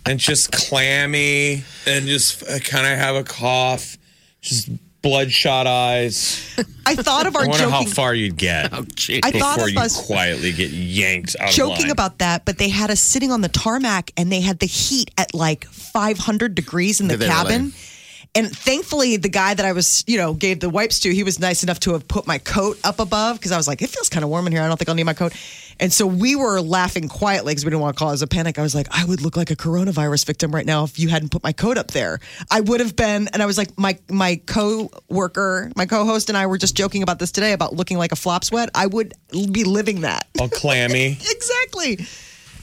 E: and just clammy and just uh, kind of have a cough, just bloodshot eyes.
C: I thought of our
E: I wonder how
C: joking.
E: far you'd get
C: I thought
E: before
C: of
E: you
C: us-
E: quietly get yanked out of
C: joking
E: line.
C: about that, but they had us sitting on the tarmac and they had the heat at like 500 degrees in the
D: Did they
C: cabin. And thankfully, the guy that I was, you know, gave the wipes to, he was nice enough to have put my coat up above because I was like, it feels kind of warm in here. I don't think I'll need my coat. And so we were laughing quietly because we didn't want to cause a panic. I was like, I would look like a coronavirus victim right now if you hadn't put my coat up there. I would have been. And I was like, my my co-worker, my co-host, and I were just joking about this today about looking like a flop sweat. I would be living that.
E: All clammy.
C: Exactly.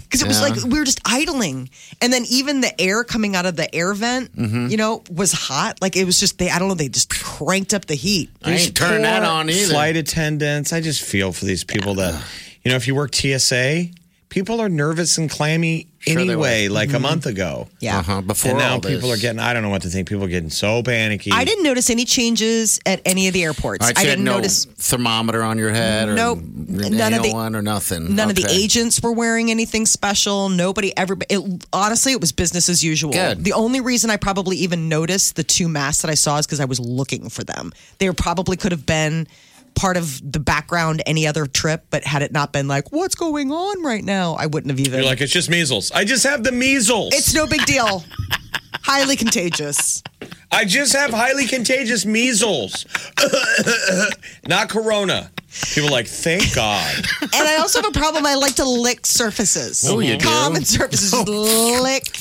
C: Because it was
E: Yeah.
C: like we were just idling. And then even the air coming out of the air vent,
D: Mhm.
C: you know, was hot. Like it was just, they, I don't know, they just cranked up the heat.
D: I ain't turning that on either.
E: Uh,
D: Uh.
E: Flight attendants. I just feel for these people that, you know, if you work TSA, people are nervous and clammy
D: Sure they
E: anyway,
D: were.
E: like a
D: Mhm.
E: month ago.
C: Yeah.
D: Uh-huh, before
E: and now
D: all
E: people
D: this.
E: are getting, I don't know what to think. People are getting so panicky.
C: I didn't notice any changes at any of the airports.
D: All right, so
C: I
D: you
C: didn't
D: had no
C: notice.
D: thermometer on your head or
C: Nope. None
D: none
C: of the-
D: one or nothing.
C: None of the
D: Okay.
C: agents were wearing anything special. Nobody ever. It, honestly, it was business as usual.
D: Good.
C: The only reason I probably even noticed the two masks that I saw is because I was looking for them. They were- probably could have been part of the background any other trip, but had it not been like, what's going on right now, I wouldn't have even.
E: You're like, it's just measles. I just have the measles.
C: it's no big deal. Highly contagious.
E: I just have highly contagious measles, not corona. People are like, thank God.
C: And I also have a problem. I like to lick surfaces.
D: Oh, you do? Oh,
C: Common surfaces. Just lick.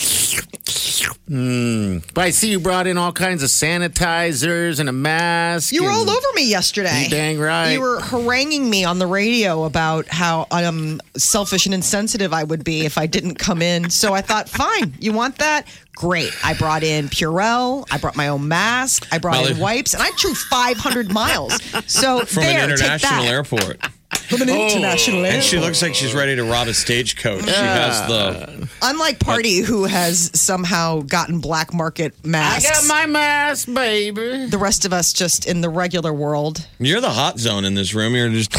D: Hmm. But I see you brought in all kinds of sanitizers and a mask.
C: You were
D: and-
C: all over me yesterday.
D: You dang right.
C: You were haranguing me on the radio about how um, selfish and insensitive I would be if I didn't come in. So I thought, fine, you want that? Great. I brought in Purell. I brought my own mask. I brought in
E: Molly-
C: wipes, and I drew 500 miles. So
E: From
C: there,
E: an international
C: take that.
E: airport. Oh,
C: From an international
E: And she
C: airport.
E: looks like she's ready to rob a stagecoach. She has the
C: Unlike Party, who has somehow gotten black market masks.
D: I got my mask, baby.
C: The rest of us just in the regular world.
E: You're the hot zone in this room. You're just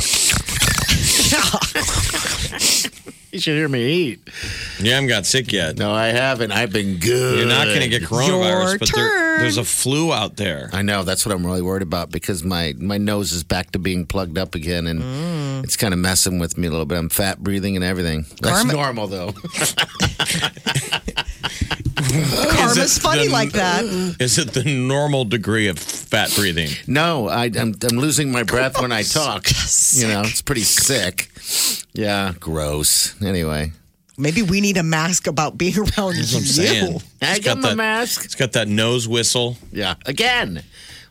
D: You should hear me eat.
E: you haven't got sick yet.
D: No, I haven't. I've been good.
E: You're not going to get coronavirus,
D: Your
E: but there,
D: turn.
E: there's a flu out there.
D: I know. That's what I'm really worried about because my my nose is back to being plugged up again, and
C: Mm.
D: it's kind of messing with me a little bit. I'm fat breathing and everything. That's
C: Karma-
D: normal though.
C: Karma's funny like that.
D: Mm.
E: Is it the normal degree of fat breathing?
D: No, I, I'm I'm losing my breath when I talk. You know, it's pretty sick. Yeah, gross. Anyway,
C: Maybe we need a mask about being around
E: That's
C: you.
E: what I'm saying.
D: I
E: It's
D: got my
E: that-
D: mask.
E: It's got that nose whistle.
D: Yeah. Again,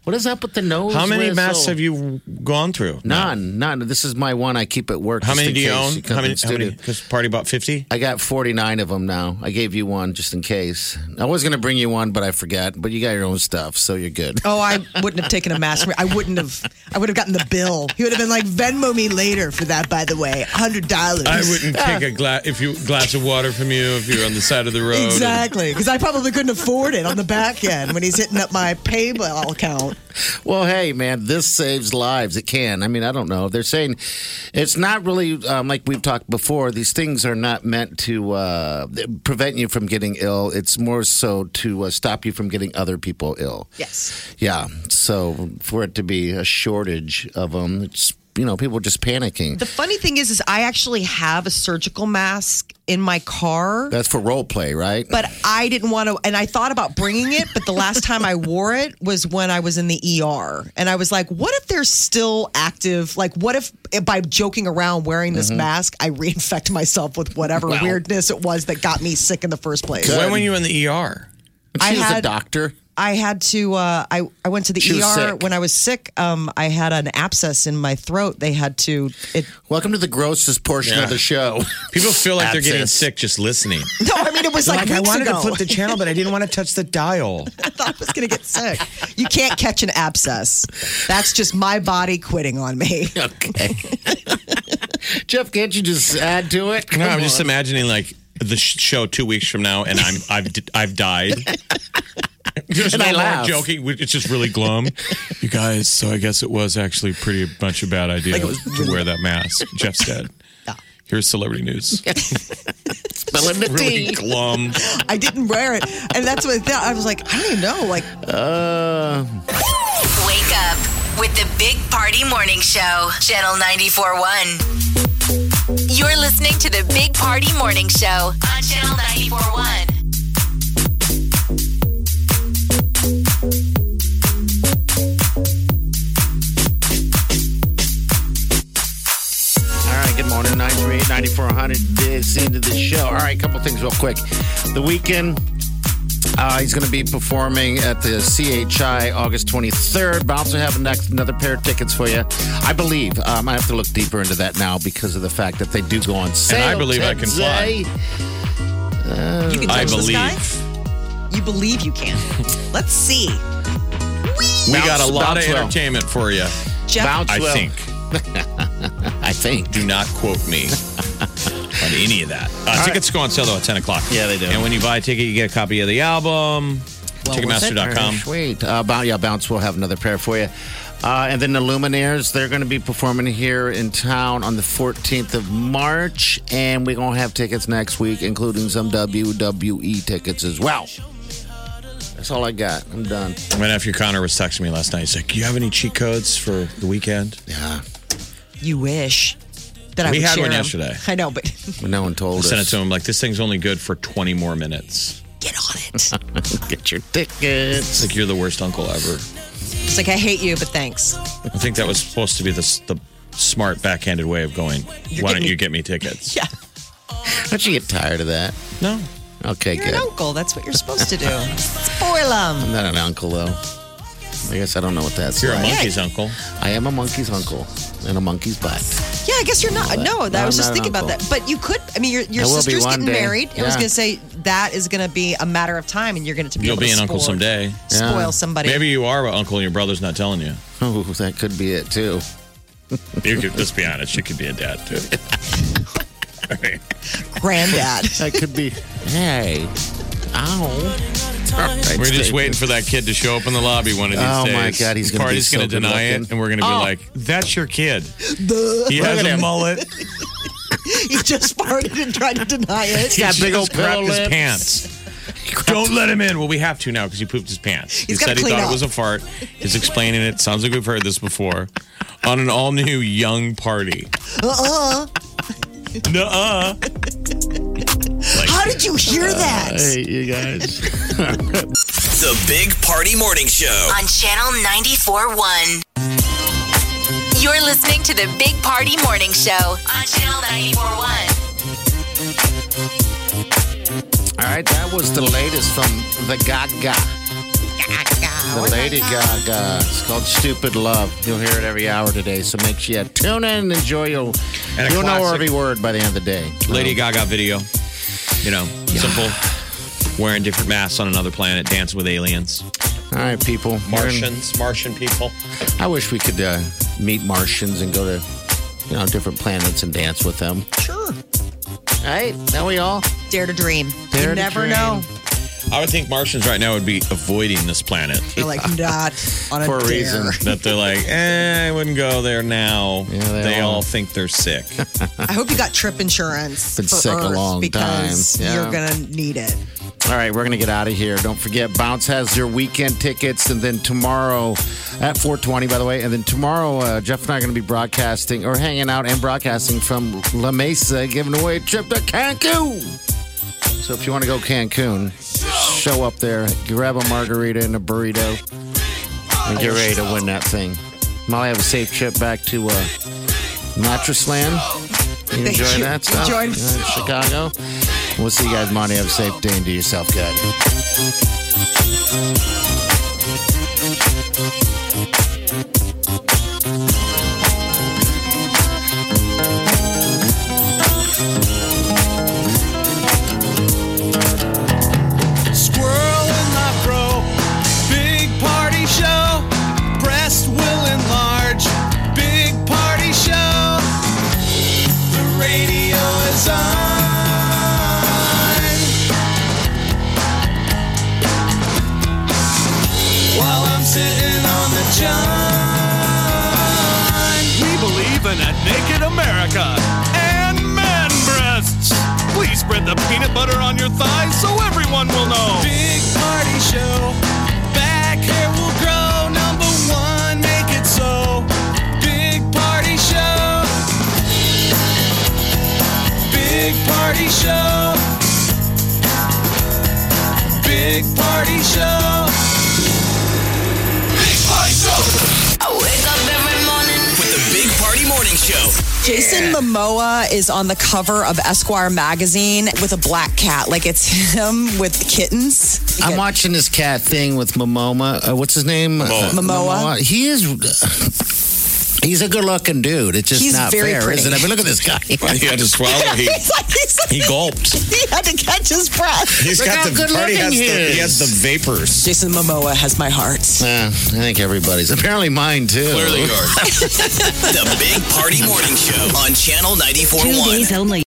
D: what is up with the nose?
E: How many
D: whistle?
E: masks have you gone through?
D: None, none. This is my one I keep at work.
E: How
D: just
E: many
D: in
E: do you
D: case
E: own?
D: comes
E: How many-
D: in
E: how many-
D: studio.
E: Party about 50?
D: I got 49 of them now. I gave you one just in case. I was going to bring you one, but I forgot. But you got your own stuff, so you're good.
C: Oh, I wouldn't have taken a mask. I wouldn't have. I would have gotten the bill. He would have been like, Venmo me later for that, by the way. $100.
E: I wouldn't take a glass if you glass of water from you if you're on the side of the road.
C: Exactly. Because I probably couldn't afford it on the back end when he's hitting up my PayPal account.
D: Well, hey, man, this saves lives. It can. I mean, I don't know. They're saying it's not really um, like we've talked before. These things are not meant to uh, prevent you from getting ill. It's more so to uh, stop you from getting other people ill.
C: Yes.
D: Yeah. So for it to be a shortage of them, it's you know people just panicking.
C: The funny thing is, is I actually have a surgical mask in my car.
D: That's for role play, right?
C: But I didn't want to, and I thought about bringing it, but the last time I wore it was when I was in the ER. And I was like, what if they're still active? Like, what if by joking around wearing this mask, I reinfect myself with whatever
E: Mm-hmm. Wow.
C: weirdness it was that got me sick in the first place?
E: When were you in the ER?
C: I She was a had-
D: doctor.
C: I had to. Uh, I I went to the
D: She was
C: ER
D: sick.
C: when I was sick. Um, I had an abscess in my throat. They had to. It,
D: Welcome to the grossest portion of the show.
E: People feel like they're getting
D: Abscess.
E: sick just listening.
C: no, I mean it was like,
E: I
C: weeks
E: wanted
C: ago.
E: to flip the channel, but I didn't want to touch the dial.
C: I thought I was going to get sick. You can't catch an abscess. That's just my body quitting on me.
D: Okay. Jeff, can't you just add to it?
E: No,
D: Come
E: I'm just
D: on.
E: imagining like the sh- show two weeks from now, and I'm I've d- I've died. There's
D: And
E: no
D: I
E: more
D: laugh.
E: joking. We- It's just really glum. you guys, so I guess it was actually pretty much a bad idea
D: Like it was-
E: to wear that mask. Jeff said. Here's celebrity news.
D: Spelling the
E: really
D: tea.
E: glum.
C: I didn't wear it, and that's what I thought. I was like, I don't even know. Like,
D: Uh,
B: Wake up with the Big Party Morning Show, Channel 94.1. You're listening to the Big Party Morning Show on Channel 94.1.
D: All right, good morning, 938 9400. This end of the show. All right, couple things real quick. The weekend, uh, he's going to be performing at the CHI August 23rd, but I also have next, another pair of tickets for you. I believe. Um, I have to look deeper into that now because of the fact that they do go on sale.
E: And I believe I can
D: today.
E: fly.
D: Uh,
C: you can touch the sky. You believe you can. Let's see.
E: We got
D: Bounce-
E: a lot of
D: bounce well.
E: entertainment for you.
C: Jeff- Bounce
E: I
C: well.
E: think.
D: I think.
E: Do not quote me on any of that. Uh, tickets go on sale though at 10 o'clock. Yeah, they do. And when you buy a ticket, you get a copy of the album. Ticketmaster.com.
D: Sweet. Uh, Bounce, yeah, Bounce will have another pair for you. Uh, and then the Luminaires, they're going to be performing here in town on the 14th of March. And we're going to have tickets next week, including some WWE tickets as well. That's all I got. I'm done.
E: Right after Connor was texting me last night, he's like, "Do you have any cheat codes for the weekend?"
D: Yeah,
C: You wish that I
E: We
C: would
E: had
C: share
E: one
C: them.
E: yesterday.
C: I know, but
D: no one
E: I
D: told
E: sent it
D: us.
E: to him like, "This thing's only good for 20 more minutes."
C: Get on it.
D: Get your tickets.
E: It's like you're the worst uncle ever.
C: it's like I hate you, but thanks.
E: I think that was supposed to be the the smart backhanded way of going.
C: You're
E: Why don't
C: getting-
E: you get me tickets?
C: Yeah,
D: Don't you get tired of that?
E: No.
D: Okay,
C: you're
D: good.
C: an uncle. That's what you're supposed to do. Spoil 'em.
D: I'm not an uncle, though. I guess I don't know what that's
E: You're a
D: like.
E: monkey's uncle.
D: I am a monkey's uncle and a monkey's butt.
C: Yeah, I guess you're not. No, that,
D: No,
C: I was
D: I'm
C: just
D: not
C: thinking
D: an
C: about that.
D: uncle.
C: But you could. I mean, your, your
D: I will be
C: sister's
D: one
C: getting
D: day.
C: married. I was
D: Yeah.
C: going to say that is going to be a matter of time, and you're going to be.
E: You'll
C: able to
E: be an uncle
C: spoil-
E: someday.
C: Spoil somebody.
E: Maybe you are an uncle and your brother's not telling you.
D: Oh, that could be it too.
E: You could let's be honest, you could be a dad too.
C: Granddad.
D: That could be. Hey, ow!
E: We're just waiting for that kid to show up in the lobby one of these
D: Oh,
E: days.
D: my God, he's gonna be
E: Party's
D: so
E: gonna deny
D: good-looking.
E: it, and we're gonna be
D: Oh.
E: like, "That's your kid.
C: Duh.
E: He has
D: at
E: a
D: him.
E: mullet.
C: he just farted and tried to deny it.
D: He's got big old
E: just crapped
D: curl
E: his
D: lips.
E: pants. Don't let him in. Well, we have to now because he pooped his pants.
C: He's
E: he
C: gotta
E: said he
C: clean
E: thought
C: up.
E: it was a fart. He's explaining it. Sounds like we've heard this before. On an all new young party.
C: Uh-uh.
E: Nuh-uh.
C: How did you hear that?
D: Hey, you guys.
A: The Big Party Morning Show.
B: On Channel 94.1. You're listening to the Big Party Morning Show on Channel 94.1.
D: All right, that was the latest from the Gaga. The Lady Gaga. It's called Stupid Love. You'll hear it every hour today, so make sure you tune in and enjoy. You'll
E: And a
D: you'll know
E: classic.
D: every word by the end of the day.
E: Lady Gaga video. You know, simple. Wearing different masks on another planet, dancing with aliens,
D: Um, All right, people.
E: Martians, Martian people.
D: I wish we could uh, meet Martians and go to you know different planets and dance with them.
C: Sure.
D: All right, now we all.
C: Dare to dream.
D: Dare
C: you
D: to
C: never
D: dream.
C: know.
E: I would think Martians right now would be avoiding this planet.
C: You're like not on a
D: For a
C: dare.
D: reason.
E: that they're like, eh, I wouldn't go there now.
D: Yeah, they
E: they all,
D: all-
E: think they're sick.
C: I hope you got trip insurance
D: Been
C: for
D: sick a
C: Earth
D: long
C: because
D: time. Yeah.
C: you're gonna need it.
D: All right, we're going to get out of here. Don't forget, Bounce has their weekend tickets. And then tomorrow at 420, by the way. And then tomorrow, uh, Jeff and I are going to be broadcasting or hanging out and broadcasting from La Mesa, giving away a trip to Cancun. So if you want to go Cancun, show up there, grab a margarita and a burrito, and get ready to win that thing. Molly, have a safe trip back to uh, Mattress Land. You
I: Thank
D: enjoy
I: you.
D: that stuff?
I: Enjoy.
D: Yeah, Chicago. We'll see you guys Monday. Have a safe day and do yourself good.
I: Squirrel in the fro, big party show. Breast will enlarge, big party show. The radio is on. While I'm sitting on the john. We believe in a naked America and man breasts. Please spread the peanut butter on your thighs so everyone will know. Big party show. Back hair will grow. Number one, make it so. Big party show. Big party show. Big party show. Big party show.
B: I wake up every morning
A: with the Big Party Morning Show.
C: Jason Momoa is on the cover of Esquire magazine with a black cat. Like it's him with kittens.
D: I'm watching this cat thing with Momoma. Uh, what's his name?
C: Momoa. Momoa.
D: He is. He's a good-looking dude. It's just
C: He's
D: not
C: very
D: fair,
C: pretty.
D: isn't it? I mean, look at this guy.
E: Well, he had to swallow.
D: Oh,
E: He,
C: He's like, he's-
E: he gulped.
C: he had to catch his breath.
E: He's got the party has the, he has the vapors.
C: Jason Momoa has my heart.
D: Yeah, I think everybody's. Apparently, mine too.
A: Clearly yours. the Big Party Morning Show on Channel 94.1.
N: Two days only.